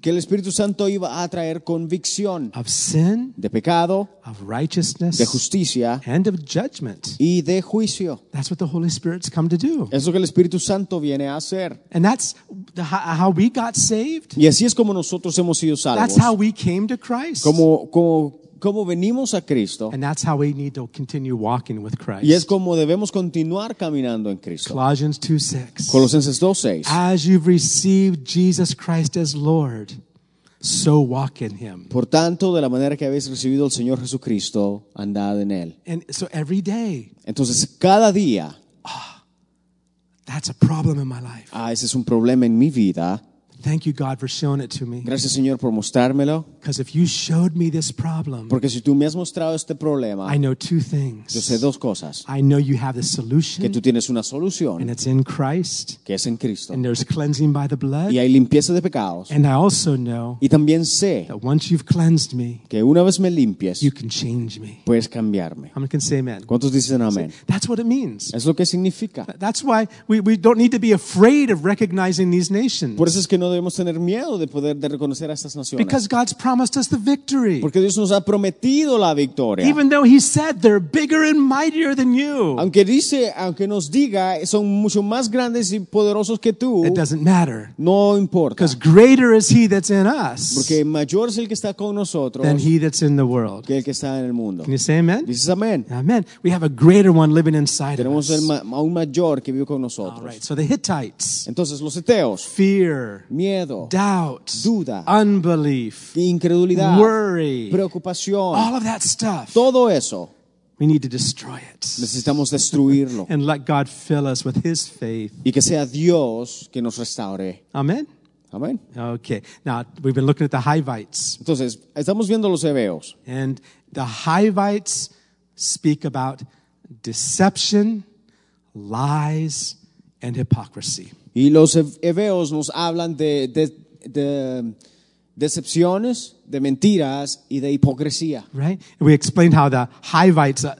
[SPEAKER 3] que el Espíritu Santo iba a traer convicción
[SPEAKER 1] of sin,
[SPEAKER 3] de pecado,
[SPEAKER 1] of
[SPEAKER 3] de
[SPEAKER 1] righteousness,
[SPEAKER 3] justicia
[SPEAKER 1] and of judgment.
[SPEAKER 3] y de juicio.
[SPEAKER 1] That's what the Holy Spirit's come to do.
[SPEAKER 3] Es lo que el Espíritu Santo viene a hacer.
[SPEAKER 1] And that's the, how how we got saved.
[SPEAKER 3] Y así es como nosotros hemos sido salvos.
[SPEAKER 1] That's how we came to Christ.
[SPEAKER 3] Como, como, como venimos a Cristo
[SPEAKER 1] And that's how we need to continue walking with Christ.
[SPEAKER 3] y es como debemos continuar caminando en Cristo.
[SPEAKER 1] Colossians 2 6.
[SPEAKER 3] Colosenses 2.6.
[SPEAKER 1] As you've received Jesus Christ as Lord, so walk in him.
[SPEAKER 3] Por tanto, de la manera que habéis recibido al Señor Jesucristo, andad en Él.
[SPEAKER 1] And so every day,
[SPEAKER 3] Entonces, cada día,
[SPEAKER 1] that's a problem in my life.
[SPEAKER 3] ah, ese es un problema en mi vida.
[SPEAKER 1] Thank you, God, for showing it to me.
[SPEAKER 3] Gracias, Señor, por mostrármelo.
[SPEAKER 1] Because if you showed me this problem,
[SPEAKER 3] Porque si tú me has mostrado este problema,
[SPEAKER 1] I know two
[SPEAKER 3] yo sé
[SPEAKER 1] things.
[SPEAKER 3] dos cosas.
[SPEAKER 1] I know you have the
[SPEAKER 3] Que
[SPEAKER 1] solution,
[SPEAKER 3] tú tienes una
[SPEAKER 1] and
[SPEAKER 3] solución,
[SPEAKER 1] it's in Christ,
[SPEAKER 3] que es en Cristo.
[SPEAKER 1] and there's cleansing by the blood.
[SPEAKER 3] Y hay limpieza de pecados.
[SPEAKER 1] And I also know
[SPEAKER 3] Y también sé
[SPEAKER 1] that once you've cleansed me,
[SPEAKER 3] que una vez me limpies,
[SPEAKER 1] you can change me.
[SPEAKER 3] puedes cambiarme.
[SPEAKER 1] I'm going to say amen.
[SPEAKER 3] ¿Cuántos dicen amén?
[SPEAKER 1] That's what it means.
[SPEAKER 3] Es lo que significa.
[SPEAKER 1] That's why we, we don't need to be afraid of recognizing these nations.
[SPEAKER 3] Por eso es que no debemos tener miedo de poder de reconocer a estas naciones.
[SPEAKER 1] Because God's promised us the victory.
[SPEAKER 3] Porque Dios nos ha prometido la victoria.
[SPEAKER 1] Even though He said they're bigger and mightier than you,
[SPEAKER 3] Aunque dice, aunque nos diga, son mucho más grandes y poderosos que tú,
[SPEAKER 1] it doesn't matter.
[SPEAKER 3] no importa.
[SPEAKER 1] Este Because greater is He that's in us
[SPEAKER 3] Porque mayor es el que está con nosotros
[SPEAKER 1] than He that's in the world.
[SPEAKER 3] que el que está en el mundo.
[SPEAKER 1] Can you say amen?
[SPEAKER 3] Dices amén.
[SPEAKER 1] Amen. We have a greater one living inside of
[SPEAKER 3] Tenemos el
[SPEAKER 1] us.
[SPEAKER 3] ma- a un mayor que vive con
[SPEAKER 1] All
[SPEAKER 3] nosotros.
[SPEAKER 1] right, so the Hittites,
[SPEAKER 3] Entonces, los eteos,
[SPEAKER 1] fear,
[SPEAKER 3] miedo,
[SPEAKER 1] doubt,
[SPEAKER 3] Duda.
[SPEAKER 1] unbelief,
[SPEAKER 3] incredulidad,
[SPEAKER 1] worry,
[SPEAKER 3] preocupación,
[SPEAKER 1] all of that stuff,
[SPEAKER 3] todo eso,
[SPEAKER 1] we need to destroy it
[SPEAKER 3] necesitamos destruirlo.
[SPEAKER 1] and let God fill us with His faith.
[SPEAKER 3] Y que sea Dios que nos restaure.
[SPEAKER 1] Amen.
[SPEAKER 3] Amén.
[SPEAKER 1] Okay. Now we've been looking at the Hivites,
[SPEAKER 3] Entonces, estamos viendo los hebeos.
[SPEAKER 1] and the Hivites speak about deception, lies, and hypocrisy.
[SPEAKER 3] Y los he- hebeos nos hablan de, de- de decepciones, de mentiras y de hipocresía.
[SPEAKER 1] Right? And we explained how the Hivites, uh,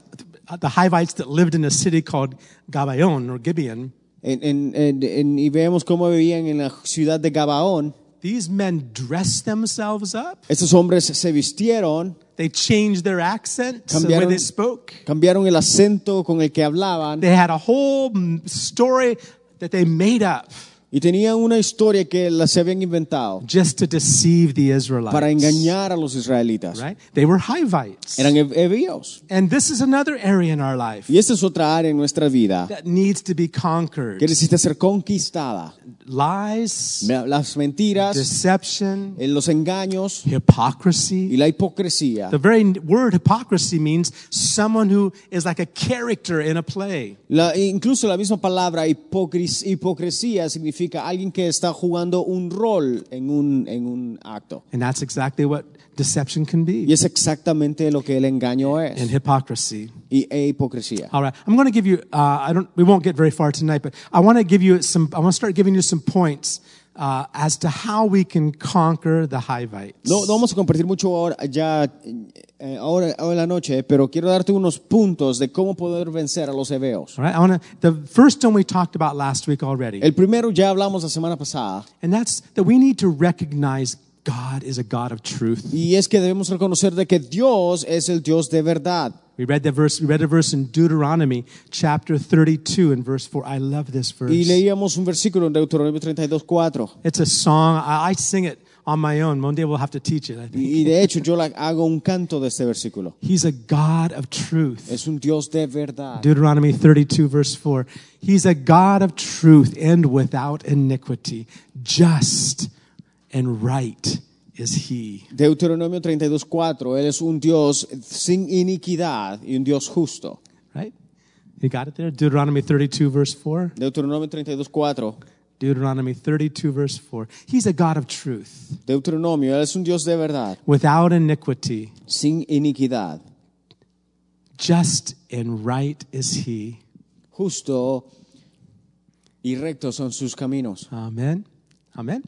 [SPEAKER 1] the Hivites that lived in a city called Gabaon or Gibeon,
[SPEAKER 3] En- en- en- en- y vemos cómo vivían en la ciudad de Gabaón.
[SPEAKER 1] these men dressed themselves up.
[SPEAKER 3] Estos hombres se vistieron,
[SPEAKER 1] They changed their accents, the way
[SPEAKER 3] Cambiaron-
[SPEAKER 1] they spoke.
[SPEAKER 3] cambiaron el acento con el que hablaban
[SPEAKER 1] They had a whole mm, story that they made up
[SPEAKER 3] y tenían una historia que la se habían inventado
[SPEAKER 1] just to deceive the Israelites.
[SPEAKER 3] para engañar a los israelitas.
[SPEAKER 1] right? They were Hivites.
[SPEAKER 3] Eran he- hebeos.
[SPEAKER 1] And this is another area in our life
[SPEAKER 3] Y esta es otra área en nuestra vida
[SPEAKER 1] that needs to be
[SPEAKER 3] que
[SPEAKER 1] conquered.
[SPEAKER 3] necesita ser conquistada.
[SPEAKER 1] Lies,
[SPEAKER 3] Las mentiras,
[SPEAKER 1] deception,
[SPEAKER 3] eh, los engaños y
[SPEAKER 1] hypocrisy.
[SPEAKER 3] la hipocresía.
[SPEAKER 1] The very word hypocrisy means someone who is like a character in a play.
[SPEAKER 3] La- incluso la misma palabra hipocris- hipocresía significa alguien que está jugando un rol en un, en un acto.
[SPEAKER 1] And that's exactly what deception can
[SPEAKER 3] Y
[SPEAKER 1] be
[SPEAKER 3] es exactamente lo que el engaño
[SPEAKER 1] and
[SPEAKER 3] es.
[SPEAKER 1] hypocrisy.
[SPEAKER 3] Y, e hipocresía.
[SPEAKER 1] All right, I'm going to give you. Uh, I don't. We won't get very far tonight, but I want to give you some. I want to start giving you some points uh, as to how we can conquer the Hivites.
[SPEAKER 3] No, no vamos a compartir mucho ahora, ya, eh, ahora, ahora en la noche, pero quiero darte unos puntos de cómo poder vencer a los hebeos.
[SPEAKER 1] All right, I want to. The first one we talked about last week already,
[SPEAKER 3] El primero ya hablamos la semana pasada
[SPEAKER 1] and that's that we need to recognize God is a God of truth.
[SPEAKER 3] y es que debemos reconocer de que Dios es el Dios de verdad.
[SPEAKER 1] We read that verse. We read a verse in Deuteronomy chapter 32 and verse 4. I love this
[SPEAKER 3] Y
[SPEAKER 1] verse.
[SPEAKER 3] leíamos un versículo en Deuteronomio 32.4
[SPEAKER 1] It's a song. I, I sing it on my own. One day we'll have to teach it. I think.
[SPEAKER 3] y de hecho yo la- hago un canto de este versículo.
[SPEAKER 1] He's a God of truth.
[SPEAKER 3] Es un Dios de verdad.
[SPEAKER 1] Deuteronomy 32, verse 4. He's a God of truth and without iniquity. Just and right is He.
[SPEAKER 3] Deuteronomio 32.4, Él es un Dios sin iniquidad y un Dios justo.
[SPEAKER 1] Right? You got it there? Deuteronomy 32, verse 4.
[SPEAKER 3] Deuteronomio 32.4,
[SPEAKER 1] Deuteronomy 32, verse 4. He's a God of truth,
[SPEAKER 3] Deuteronomio, Él es un Dios de verdad,
[SPEAKER 1] without iniquity.
[SPEAKER 3] sin iniquidad,
[SPEAKER 1] Just and right is He.
[SPEAKER 3] justo y recto son sus caminos.
[SPEAKER 1] Amen. Amen.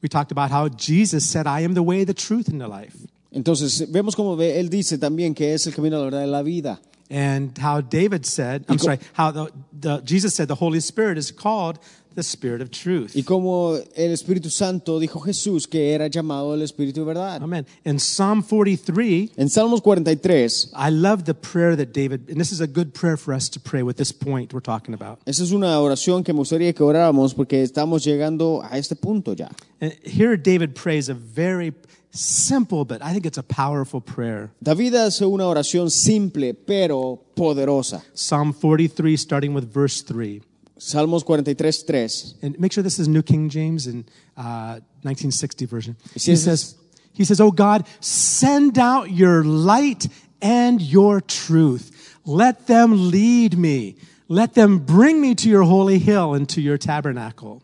[SPEAKER 1] We talked about how Jesus said, I am the way, the truth, and the life.
[SPEAKER 3] Entonces vemos como ve- Él dice también que es el camino a la verdad de la vida.
[SPEAKER 1] And how David said, I'm
[SPEAKER 3] co-
[SPEAKER 1] sorry, how the, the, Jesus said the Holy Spirit is called the Spirit of truth.
[SPEAKER 3] Y como el Espíritu Santo dijo Jesús que era llamado el Espíritu de verdad.
[SPEAKER 1] Amen. In Psalm 43,
[SPEAKER 3] En Salmos 43,
[SPEAKER 1] I love the prayer that David, and this is a good prayer for us to pray with this point we're talking about.
[SPEAKER 3] esa es una oración que me gustaría que oráramos porque estamos llegando a este punto ya.
[SPEAKER 1] And here David prays a very simple, but I think it's a powerful prayer.
[SPEAKER 3] David hace una oración simple pero poderosa.
[SPEAKER 1] Psalm 43, starting with verse 3.
[SPEAKER 3] Salmos 43, 3.
[SPEAKER 1] and make sure this is New King James and uh, 1960 version. He
[SPEAKER 3] says-
[SPEAKER 1] says, "He says, Oh God, send out your light and your truth. Let them lead me. Let them bring me to your holy hill and to your tabernacle."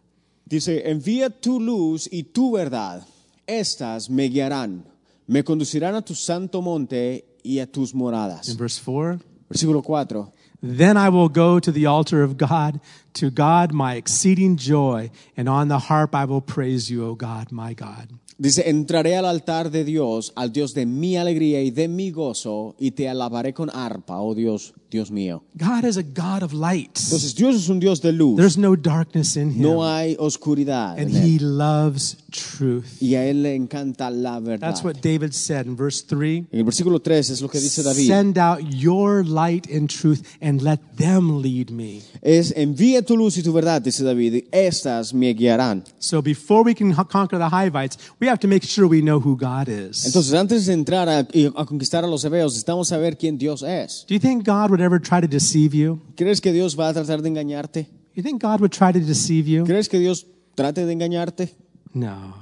[SPEAKER 3] Dice, envía tu luz y tu verdad. Estas me guiarán, me conducirán a tu santo monte y a tus
[SPEAKER 1] In
[SPEAKER 3] moradas.
[SPEAKER 1] verse four,
[SPEAKER 3] Versículo 4.
[SPEAKER 1] then I will go to the altar of God, to God my exceeding joy, and on the harp I will praise you, O God, my God.
[SPEAKER 3] Dice, entraré al altar de Dios, al Dios de mi alegría y de mi gozo, y te alabaré con arpa, oh Dios, Dios mío.
[SPEAKER 1] God is a God of light.
[SPEAKER 3] Entonces Dios es un Dios de luz,
[SPEAKER 1] There's no darkness in Him.
[SPEAKER 3] no hay oscuridad.
[SPEAKER 1] and
[SPEAKER 3] en él.
[SPEAKER 1] he loves truth.
[SPEAKER 3] y a Él le encanta la verdad.
[SPEAKER 1] That's what David said in verse 3.
[SPEAKER 3] En el versículo 3 es lo que dice David.
[SPEAKER 1] Send out your light and truth and let them lead me.
[SPEAKER 3] Es envía tu luz y tu verdad, dice David, y estas me guiarán.
[SPEAKER 1] So before we can h- conquer the Hivites, we have to make sure we know who God is.
[SPEAKER 3] Entonces, antes de entrar a, y a conquistar a los hebeos, necesitamos saber quién Dios es.
[SPEAKER 1] Do you think God would ever try to deceive you?
[SPEAKER 3] ¿Crees que Dios va a tratar de engañarte?
[SPEAKER 1] You think God would try to deceive you?
[SPEAKER 3] ¿Crees que Dios trate de engañarte?
[SPEAKER 1] No,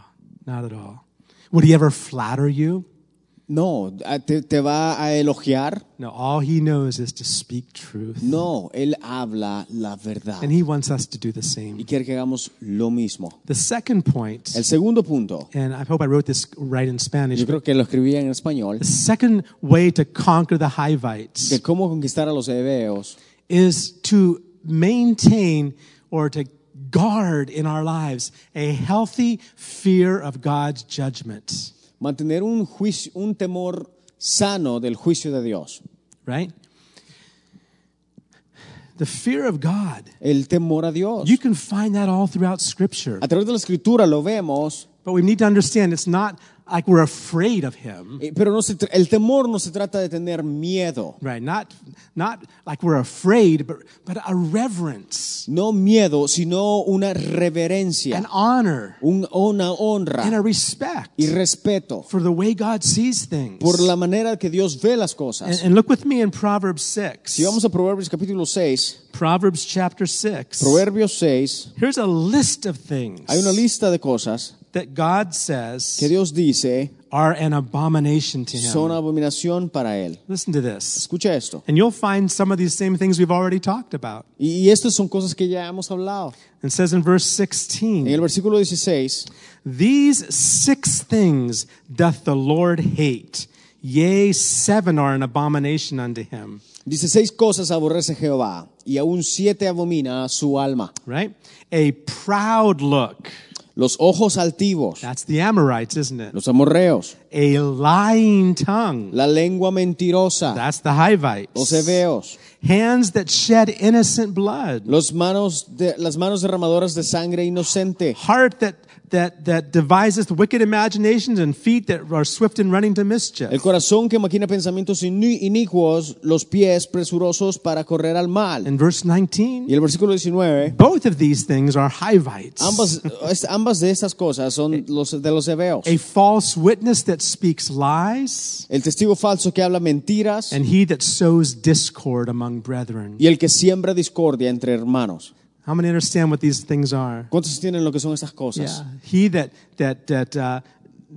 [SPEAKER 1] not at all. Would he ever flatter you?
[SPEAKER 3] No, ¿te, te va a elogiar?
[SPEAKER 1] No, all he knows is to speak truth.
[SPEAKER 3] No, Él habla la verdad
[SPEAKER 1] And he wants us to do the
[SPEAKER 3] y
[SPEAKER 1] same.
[SPEAKER 3] quiere que hagamos lo mismo.
[SPEAKER 1] The second point,
[SPEAKER 3] El segundo punto,
[SPEAKER 1] and I hope I wrote this right in Spanish,
[SPEAKER 3] yo creo que lo escribía en español,
[SPEAKER 1] The second way to conquer the Hivites
[SPEAKER 3] de cómo conquistar a los hebeos
[SPEAKER 1] is to maintain or to guard in our lives a healthy fear of God's judgment,
[SPEAKER 3] mantener un juicio, un temor sano del juicio de Dios.
[SPEAKER 1] right? The fear of God.
[SPEAKER 3] El temor a Dios.
[SPEAKER 1] You can find that all throughout Scripture.
[SPEAKER 3] A través de la escritura lo vemos,
[SPEAKER 1] But we need to understand it's not like we're afraid of Him,
[SPEAKER 3] eh, pero no se tra- el temor no se trata de tener miedo.
[SPEAKER 1] right? Not, not like we're afraid, but, but a reverence,
[SPEAKER 3] No miedo, sino una reverencia,
[SPEAKER 1] an honor,
[SPEAKER 3] un- una
[SPEAKER 1] and
[SPEAKER 3] honra
[SPEAKER 1] a respect.
[SPEAKER 3] y respeto
[SPEAKER 1] for the way God sees things.
[SPEAKER 3] por la manera que Dios ve las
[SPEAKER 1] and,
[SPEAKER 3] cosas.
[SPEAKER 1] and look with me in Proverbs 6.
[SPEAKER 3] Si vamos a Proverbios capítulo 6,
[SPEAKER 1] Proverbs chapter 6.
[SPEAKER 3] Proverbios 6,
[SPEAKER 1] Here's a list of things
[SPEAKER 3] hay una lista de cosas
[SPEAKER 1] that God
[SPEAKER 3] que
[SPEAKER 1] says
[SPEAKER 3] Dios dice
[SPEAKER 1] are an abomination to Him.
[SPEAKER 3] son abominación para Él.
[SPEAKER 1] Listen to this.
[SPEAKER 3] Escucha esto.
[SPEAKER 1] And you'll find some of these same things we've already talked about.
[SPEAKER 3] Y, y estas son cosas que ya hemos hablado.
[SPEAKER 1] It says in verse
[SPEAKER 3] En
[SPEAKER 1] 16,
[SPEAKER 3] el versículo 16,
[SPEAKER 1] These six things doth the Lord hate. Yea, seven are an abomination unto Him.
[SPEAKER 3] dice, seis cosas aborrece Jehová y aún siete abomina su alma.
[SPEAKER 1] Right? A proud look.
[SPEAKER 3] Los ojos altivos,
[SPEAKER 1] That's the Amorites, isn't it?
[SPEAKER 3] los amorreos,
[SPEAKER 1] A lying tongue.
[SPEAKER 3] la lengua mentirosa,
[SPEAKER 1] That's the Hivites.
[SPEAKER 3] los hebeos,
[SPEAKER 1] Hands that shed innocent blood.
[SPEAKER 3] los manos de, las manos derramadoras de sangre inocente,
[SPEAKER 1] Heart that, that, that deviseth wicked imaginations and feet that are swift in running to mischief.
[SPEAKER 3] el corazón que maquina pensamientos ini- inicuos, los pies presurosos para correr al mal.
[SPEAKER 1] In verse 19,
[SPEAKER 3] Y el versículo 19,
[SPEAKER 1] both of these things are Hivites.
[SPEAKER 3] ambas, es- ambas de estas cosas son los de los hebeos.
[SPEAKER 1] a false witness that speaks lies,
[SPEAKER 3] El testigo falso que habla mentiras
[SPEAKER 1] and he that sows discord among brethren.
[SPEAKER 3] y el que siembra discordia entre hermanos.
[SPEAKER 1] How many understand what these things are?
[SPEAKER 3] ¿Cuántos tienen lo que son estas cosas?
[SPEAKER 1] Yeah. He that that that uh,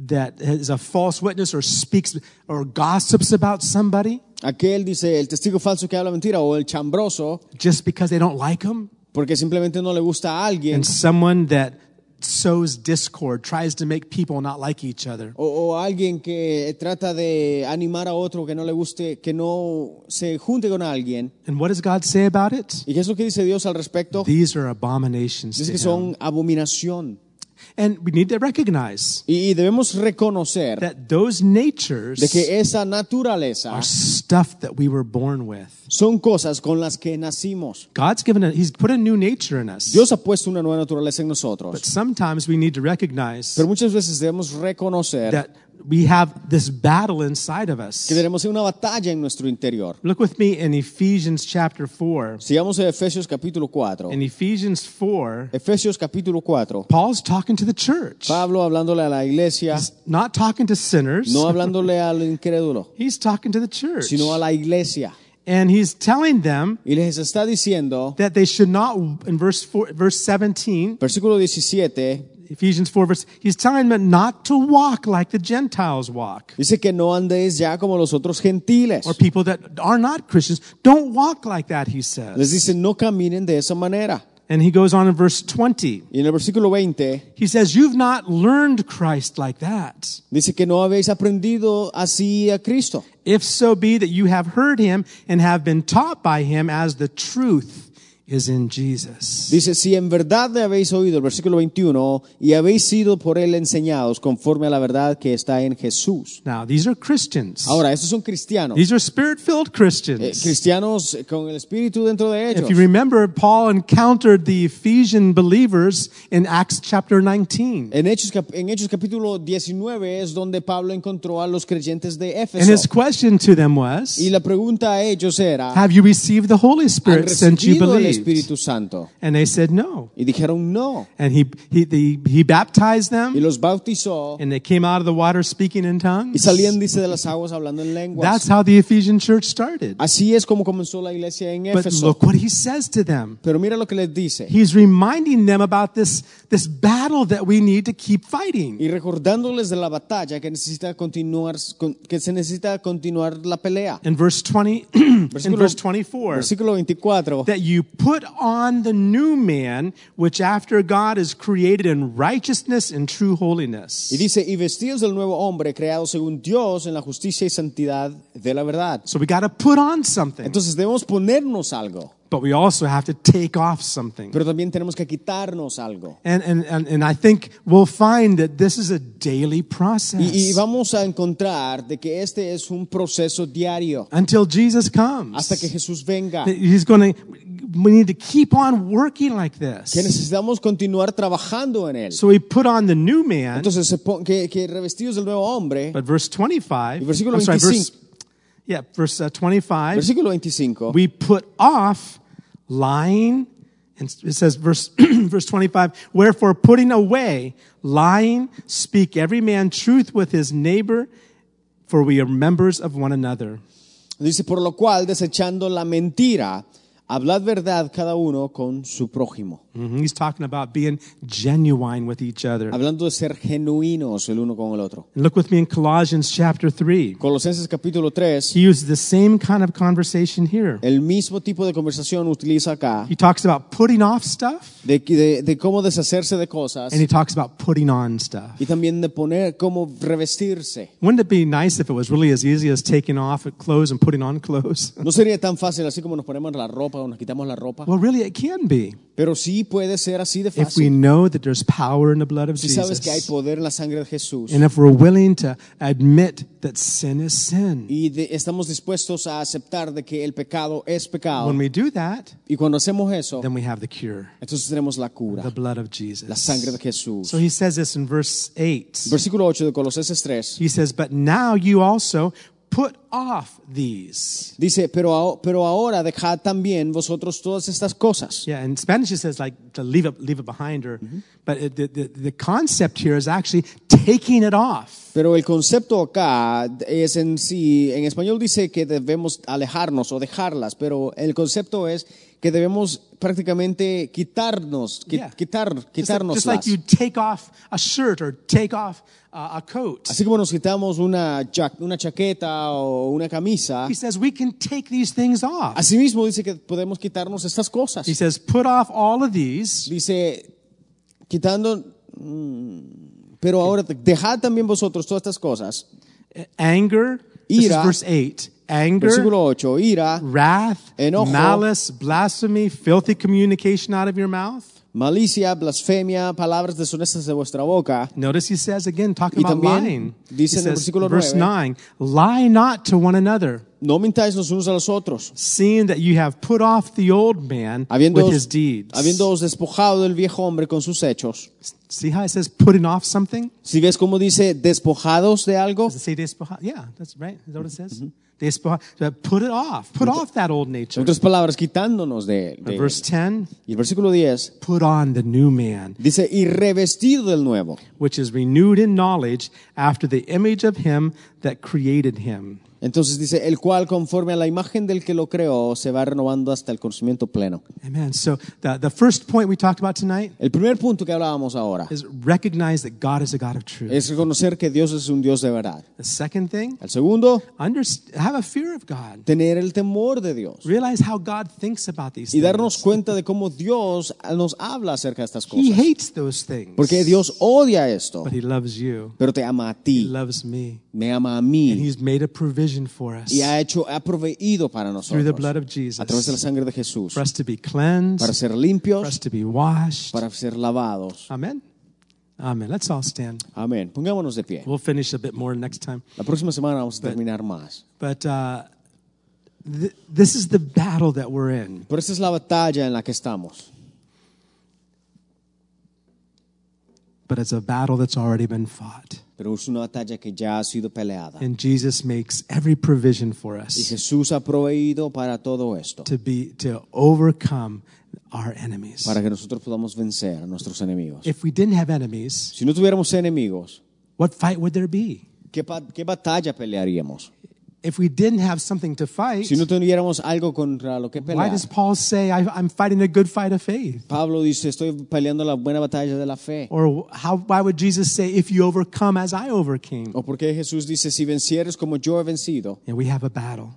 [SPEAKER 1] that is a false witness or speaks or gossips about somebody
[SPEAKER 3] Aquel dice el testigo falso que habla mentira o el chambroso
[SPEAKER 1] just because they don't like him,
[SPEAKER 3] porque simplemente no le gusta a alguien
[SPEAKER 1] and someone that sows discord tries to make people not like each other.
[SPEAKER 3] o, o alguien que trata de animar a otro que no le guste, que no se junte con alguien.
[SPEAKER 1] And what does God say about it?
[SPEAKER 3] ¿Y qué es lo que dice Dios al respecto?
[SPEAKER 1] These are abominations.
[SPEAKER 3] Dice
[SPEAKER 1] To
[SPEAKER 3] que
[SPEAKER 1] him.
[SPEAKER 3] son abominación.
[SPEAKER 1] And we need to recognize
[SPEAKER 3] Y, y debemos reconocer
[SPEAKER 1] that those natures
[SPEAKER 3] de que esa
[SPEAKER 1] are
[SPEAKER 3] naturaleza
[SPEAKER 1] stuff that we were born with.
[SPEAKER 3] son cosas con las que nacimos.
[SPEAKER 1] God's given a, he's put a new nature in us.
[SPEAKER 3] Dios ha puesto una nueva naturaleza en nosotros.
[SPEAKER 1] But sometimes we need to recognize
[SPEAKER 3] Pero muchas veces debemos reconocer
[SPEAKER 1] that we have this battle inside of us.
[SPEAKER 3] que tenemos una batalla en nuestro interior.
[SPEAKER 1] Look with me in Ephesians chapter 4.
[SPEAKER 3] Sigamos a Efesios capítulo 4.
[SPEAKER 1] In Ephesians 4,
[SPEAKER 3] Efesios capítulo 4.
[SPEAKER 1] Paul's talking to the church.
[SPEAKER 3] Pablo hablándole a la iglesia,
[SPEAKER 1] He's not talking to sinners.
[SPEAKER 3] no hablándole al incrédulo,
[SPEAKER 1] He's talking to the church.
[SPEAKER 3] sino a la iglesia.
[SPEAKER 1] And he's telling them
[SPEAKER 3] Y les está diciendo,
[SPEAKER 1] that they should not in verse 4 verse 17,
[SPEAKER 3] versículo 17,
[SPEAKER 1] Ephesians 4 verse he's telling them not to walk like the Gentiles walk.
[SPEAKER 3] dice que no andéis ya como los otros gentiles.
[SPEAKER 1] or people that are not Christians. Don't walk like that, he
[SPEAKER 3] Les
[SPEAKER 1] says.
[SPEAKER 3] dice, no caminen de esa manera.
[SPEAKER 1] And he goes on in verse 20.
[SPEAKER 3] Y en el versículo 20
[SPEAKER 1] He says, You've not learned Christ like that.
[SPEAKER 3] dice que no habéis aprendido así a Cristo.
[SPEAKER 1] If so be that you have heard him and have been taught by him as the truth is in Jesus.
[SPEAKER 3] Dice, si en verdad le habéis oído, el versículo 21, y habéis sido por él enseñados conforme a la verdad que está en Jesús.
[SPEAKER 1] Now, these are Christians.
[SPEAKER 3] Ahora, estos son cristianos.
[SPEAKER 1] These are spirit filled
[SPEAKER 3] Eh,
[SPEAKER 1] Christians.
[SPEAKER 3] cristianos con el espíritu dentro de ellos.
[SPEAKER 1] If you remember, Paul encountered the Ephesian believers in Acts chapter 19.
[SPEAKER 3] En Hechos, cap- en Hechos capítulo 19 es donde Pablo encontró a los creyentes de
[SPEAKER 1] And his
[SPEAKER 3] Éfeso.
[SPEAKER 1] question to them
[SPEAKER 3] Y
[SPEAKER 1] was,
[SPEAKER 3] la pregunta a ellos era,
[SPEAKER 1] Have you received the Holy
[SPEAKER 3] ¿han
[SPEAKER 1] Spirit since you
[SPEAKER 3] recibido el
[SPEAKER 1] believed?
[SPEAKER 3] Espíritu Santo?
[SPEAKER 1] And they said no.
[SPEAKER 3] Y dijeron no.
[SPEAKER 1] And he he he, he baptized
[SPEAKER 3] Y
[SPEAKER 1] them,
[SPEAKER 3] los bautizó
[SPEAKER 1] and they came out of the water speaking in
[SPEAKER 3] y
[SPEAKER 1] tongues.
[SPEAKER 3] salían, dice, de las aguas hablando en lenguas.
[SPEAKER 1] That's how the Ephesian church started.
[SPEAKER 3] Así es como comenzó la iglesia en
[SPEAKER 1] But
[SPEAKER 3] Éfeso.
[SPEAKER 1] look what he says to them.
[SPEAKER 3] Pero mira lo que les dice.
[SPEAKER 1] He's reminding them about this this battle that we need to keep fighting.
[SPEAKER 3] y recordándoles de la batalla que necesita continuar con- que se necesita continuar la pelea.
[SPEAKER 1] In verse 20 in
[SPEAKER 3] Versículo-
[SPEAKER 1] verse 24
[SPEAKER 3] Versículo 24
[SPEAKER 1] that you put on the new man which after God is created in righteousness and true holiness.
[SPEAKER 3] y dice, "Y vestidos del nuevo hombre creado según Dios en la justicia y santidad de la verdad."
[SPEAKER 1] So we got to put on something,
[SPEAKER 3] Entonces debemos ponernos algo,
[SPEAKER 1] but we also have to take off something.
[SPEAKER 3] pero también tenemos que quitarnos algo.
[SPEAKER 1] And, and, and, and I think we'll find that this is a daily process
[SPEAKER 3] Y, y vamos a encontrar de que este es un proceso diario
[SPEAKER 1] until Jesus comes.
[SPEAKER 3] hasta que Jesús venga.
[SPEAKER 1] That He's going to, we need to keep on working like
[SPEAKER 3] Que
[SPEAKER 1] this.
[SPEAKER 3] necesitamos continuar trabajando en él.
[SPEAKER 1] So we put on the new man,
[SPEAKER 3] Entonces se pon- que, que revestidos del nuevo hombre,
[SPEAKER 1] but verse 25,
[SPEAKER 3] Y versículo
[SPEAKER 1] I'm sorry, verse,
[SPEAKER 3] 25.
[SPEAKER 1] yeah, verse uh, 25,
[SPEAKER 3] versículo 25.
[SPEAKER 1] we put off lying. And it says, verse, verse 25, wherefore putting away lying, speak every man truth with his neighbor, for we are members of one another.
[SPEAKER 3] Dice, por lo cual, desechando la mentira, hablad verdad cada uno con su prójimo.
[SPEAKER 1] Mhm. He's talking about being genuine with each other. And
[SPEAKER 3] Hablando de ser genuinos el uno con el otro.
[SPEAKER 1] look with me in Colossians chapter 3.
[SPEAKER 3] Colosenses capítulo 3,
[SPEAKER 1] He uses the same kind of conversation here.
[SPEAKER 3] el mismo tipo de conversación utiliza acá,
[SPEAKER 1] He talks about putting off stuff
[SPEAKER 3] de, de- de cómo deshacerse de cosas
[SPEAKER 1] and he talks about putting on stuff.
[SPEAKER 3] y también de poner, cómo revestirse.
[SPEAKER 1] Wouldn't it be nice if it was really as easy as taking off clothes and putting on clothes?
[SPEAKER 3] No sería tan fácil así como nos ponemos la ropa ropa o nos quitamos la ropa.
[SPEAKER 1] Well, really, it can be
[SPEAKER 3] Pero sí puede ser así de
[SPEAKER 1] if we
[SPEAKER 3] fácil.
[SPEAKER 1] know that there's power in the blood of
[SPEAKER 3] Si sabes que hay
[SPEAKER 1] Jesus.
[SPEAKER 3] poder en la sangre de Jesús
[SPEAKER 1] And if we're willing to admit that sin is sin.
[SPEAKER 3] y de- estamos dispuestos a aceptar de que el pecado es pecado.
[SPEAKER 1] When we do that,
[SPEAKER 3] Y cuando hacemos eso,
[SPEAKER 1] then we have the cure
[SPEAKER 3] entonces tenemos la
[SPEAKER 1] the
[SPEAKER 3] cura,
[SPEAKER 1] blood of
[SPEAKER 3] la sangre de
[SPEAKER 1] Jesus.
[SPEAKER 3] Jesús.
[SPEAKER 1] So he says this in verse 8.
[SPEAKER 3] Versículo 8 de Colosenses 3
[SPEAKER 1] He says, But now you also put off these.
[SPEAKER 3] dice, pero, ao- pero ahora dejad también vosotros todas estas cosas.
[SPEAKER 1] Yeah, in Spanish it says like to leave it, leave it behind, or
[SPEAKER 3] Mm-hmm.
[SPEAKER 1] but it, the, the the concept here is actually taking it off.
[SPEAKER 3] Pero el concepto acá es en sí, en español dice que debemos alejarnos o dejarlas, pero el concepto es que debemos prácticamente quitarnos, qui-
[SPEAKER 1] Yeah.
[SPEAKER 3] quitar,
[SPEAKER 1] Just like, just
[SPEAKER 3] quitarnos.
[SPEAKER 1] like you take off a shirt or take off uh, a coat.
[SPEAKER 3] Así como nos quitamos una, cha- una chaqueta o una camisa,
[SPEAKER 1] He says we can take these things off.
[SPEAKER 3] asimismo dice que podemos quitarnos estas cosas.
[SPEAKER 1] He says put off all of these.
[SPEAKER 3] Dice, quitando, mm, pero ahora dejad también vosotros todas estas cosas.
[SPEAKER 1] Anger. This is
[SPEAKER 3] Ira.
[SPEAKER 1] verse eight. Anger,
[SPEAKER 3] Versículo 8, ira,
[SPEAKER 1] wrath,
[SPEAKER 3] Enojo.
[SPEAKER 1] malice, blasphemy, filthy communication out of your mouth.
[SPEAKER 3] malicia, blasfemia, palabras deshonestas de vuestra boca.
[SPEAKER 1] Notice he says again, talking
[SPEAKER 3] Y
[SPEAKER 1] about
[SPEAKER 3] también
[SPEAKER 1] lying. He
[SPEAKER 3] dice en el
[SPEAKER 1] says,
[SPEAKER 3] versículo
[SPEAKER 1] verse 9,
[SPEAKER 3] 9,
[SPEAKER 1] lie not to one another,
[SPEAKER 3] No mintáis los unos a los otros,
[SPEAKER 1] seeing that you have put off the old man with his
[SPEAKER 3] habiéndoos,
[SPEAKER 1] deeds.
[SPEAKER 3] habiéndoos despojado del viejo hombre con sus hechos.
[SPEAKER 1] See how it says putting off something?
[SPEAKER 3] Si ves cómo dice despojados de algo,
[SPEAKER 1] Does it say despoja? Yeah, that's right. Is that what it says?
[SPEAKER 3] Mm-hmm.
[SPEAKER 1] Despoja. so Put it off. Put off that old
[SPEAKER 3] en
[SPEAKER 1] nature.
[SPEAKER 3] otras palabras, quitándonos de él. de él.
[SPEAKER 1] Verse 10,
[SPEAKER 3] Y el versículo 10
[SPEAKER 1] put on the new man,
[SPEAKER 3] dice, y revestido del nuevo,
[SPEAKER 1] which is renewed in knowledge after the image of him that created him.
[SPEAKER 3] Entonces dice, el cual conforme a la imagen del que lo creó se va renovando hasta el conocimiento pleno.
[SPEAKER 1] Amen. So the, the first point we talked about tonight
[SPEAKER 3] El primer punto que hablábamos ahora
[SPEAKER 1] is recognize that God is a God of truth.
[SPEAKER 3] es reconocer que Dios es un Dios de verdad.
[SPEAKER 1] The second thing,
[SPEAKER 3] El segundo,
[SPEAKER 1] underst- have a fear of God.
[SPEAKER 3] tener el temor de Dios
[SPEAKER 1] Realize how God thinks about these
[SPEAKER 3] y
[SPEAKER 1] things.
[SPEAKER 3] darnos cuenta de cómo Dios nos habla acerca de estas
[SPEAKER 1] He
[SPEAKER 3] cosas.
[SPEAKER 1] hates those things.
[SPEAKER 3] Porque Dios odia esto,
[SPEAKER 1] But He loves you.
[SPEAKER 3] pero te ama a
[SPEAKER 1] He
[SPEAKER 3] ti,
[SPEAKER 1] loves me.
[SPEAKER 3] me ama a
[SPEAKER 1] And
[SPEAKER 3] mí
[SPEAKER 1] He's made a provision for us
[SPEAKER 3] y ha hecho, ha proveído para
[SPEAKER 1] through
[SPEAKER 3] nosotros
[SPEAKER 1] the blood of
[SPEAKER 3] a través de la
[SPEAKER 1] Jesus
[SPEAKER 3] sangre de Jesús
[SPEAKER 1] for us to be
[SPEAKER 3] para
[SPEAKER 1] cleansed,
[SPEAKER 3] ser
[SPEAKER 1] for us
[SPEAKER 3] limpios,
[SPEAKER 1] to be washed.
[SPEAKER 3] para ser lavados.
[SPEAKER 1] Amen. Amen. Let's all stand.
[SPEAKER 3] Amén. Pongámonos de pie.
[SPEAKER 1] We'll finish a bit more next time.
[SPEAKER 3] La próxima semana vamos a terminar más.
[SPEAKER 1] But uh, th- this is the battle that we're in.
[SPEAKER 3] Pero esta es la batalla en la que estamos.
[SPEAKER 1] But it's a battle that's already been fought.
[SPEAKER 3] Pero es una batalla que ya ha sido peleada.
[SPEAKER 1] And Jesus makes every provision for
[SPEAKER 3] Y
[SPEAKER 1] us.
[SPEAKER 3] Jesús ha proveído para todo esto.
[SPEAKER 1] to be to overcome our enemies.
[SPEAKER 3] Para que nosotros podamos vencer a nuestros enemigos.
[SPEAKER 1] If we didn't have enemies,
[SPEAKER 3] Si no tuviéramos enemigos,
[SPEAKER 1] what fight would there be?
[SPEAKER 3] ¿qué, pa- qué batalla pelearíamos?
[SPEAKER 1] If we didn't have something to fight,
[SPEAKER 3] Si no tuviéramos algo contra lo que
[SPEAKER 1] why
[SPEAKER 3] pelear.
[SPEAKER 1] does Paul say I, I'm fighting a good fight of faith?
[SPEAKER 3] Pablo dice, estoy peleando la buena batalla de la fe.
[SPEAKER 1] Or how, why would Jesus say, "If you overcome as I overcame"?
[SPEAKER 3] O porque Jesús dice, si vencieres como yo he vencido,
[SPEAKER 1] Yeah, we have a battle,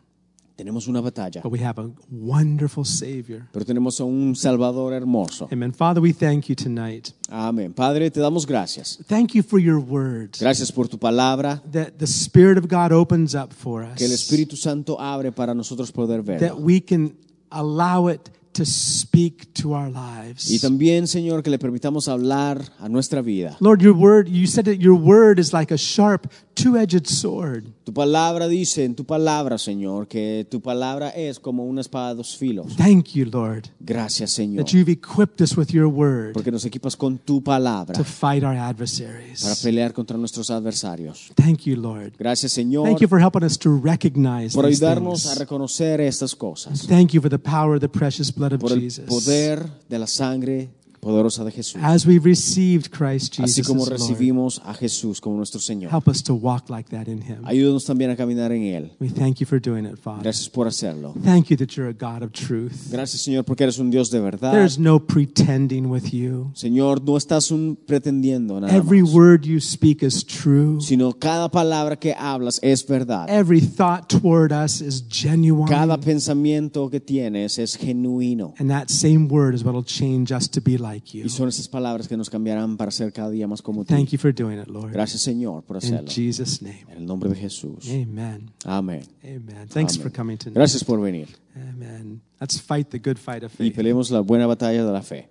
[SPEAKER 3] tenemos una batalla.
[SPEAKER 1] but we have a wonderful Savior.
[SPEAKER 3] Pero tenemos a un Salvador hermoso.
[SPEAKER 1] Amen. Father, we thank you tonight.
[SPEAKER 3] Amén. Padre, te damos gracias.
[SPEAKER 1] Thank you for your word
[SPEAKER 3] Gracias por tu palabra.
[SPEAKER 1] that the Spirit of God opens up for us,
[SPEAKER 3] que el Espíritu Santo abre para nosotros poder ver.
[SPEAKER 1] that we can allow it to speak to our lives.
[SPEAKER 3] Y también, Señor, que le permitamos hablar a nuestra vida.
[SPEAKER 1] Lord, your word, you said that your word is like a sharp, two edged sword.
[SPEAKER 3] Tu palabra dice en tu palabra, Señor, que tu palabra es como una espada de dos filos.
[SPEAKER 1] Thank you, Lord,
[SPEAKER 3] Gracias, Señor,
[SPEAKER 1] that you've equipped us with your word
[SPEAKER 3] porque nos equipas con tu palabra
[SPEAKER 1] to fight our
[SPEAKER 3] para
[SPEAKER 1] adversaries.
[SPEAKER 3] pelear contra nuestros adversarios.
[SPEAKER 1] Thank you, Lord.
[SPEAKER 3] Gracias, Señor,
[SPEAKER 1] Thank you for helping us to recognize
[SPEAKER 3] por
[SPEAKER 1] these
[SPEAKER 3] ayudarnos a
[SPEAKER 1] things.
[SPEAKER 3] reconocer estas cosas,
[SPEAKER 1] Thank you for the power of the precious blood of
[SPEAKER 3] por el
[SPEAKER 1] Jesus.
[SPEAKER 3] poder de la sangre poderosa de Jesús,
[SPEAKER 1] As we've received Christ
[SPEAKER 3] así
[SPEAKER 1] Jesus,
[SPEAKER 3] como
[SPEAKER 1] as Lord,
[SPEAKER 3] recibimos a Jesús como nuestro Señor.
[SPEAKER 1] help us to walk like that in Him.
[SPEAKER 3] Ayúdanos también a caminar en Él.
[SPEAKER 1] We thank you for doing it, Father.
[SPEAKER 3] Gracias por hacerlo.
[SPEAKER 1] Thank you that you're a God of truth.
[SPEAKER 3] Gracias, Señor, porque eres un Dios de verdad.
[SPEAKER 1] There's no pretending with you.
[SPEAKER 3] Señor, no estás un pretendiendo nada
[SPEAKER 1] Every
[SPEAKER 3] más,
[SPEAKER 1] word you speak is true.
[SPEAKER 3] sino cada palabra que hablas es verdad.
[SPEAKER 1] Every thought toward us is genuine.
[SPEAKER 3] Cada pensamiento que tienes es genuino.
[SPEAKER 1] and that same word is what will change us to be like like you.
[SPEAKER 3] Y son esas palabras que nos cambiarán para ser cada día más como tú.
[SPEAKER 1] Thank you for doing it, Lord.
[SPEAKER 3] Gracias, Señor,
[SPEAKER 1] In
[SPEAKER 3] por hacerlo.
[SPEAKER 1] Jesus' name.
[SPEAKER 3] En el nombre de Jesús.
[SPEAKER 1] Amen.
[SPEAKER 3] Amén.
[SPEAKER 1] Amen. Thanks
[SPEAKER 3] Amén.
[SPEAKER 1] for coming tonight.
[SPEAKER 3] Gracias por venir.
[SPEAKER 1] Amen. Let's fight the good fight of
[SPEAKER 3] Y
[SPEAKER 1] faith.
[SPEAKER 3] peleemos la buena batalla de la fe.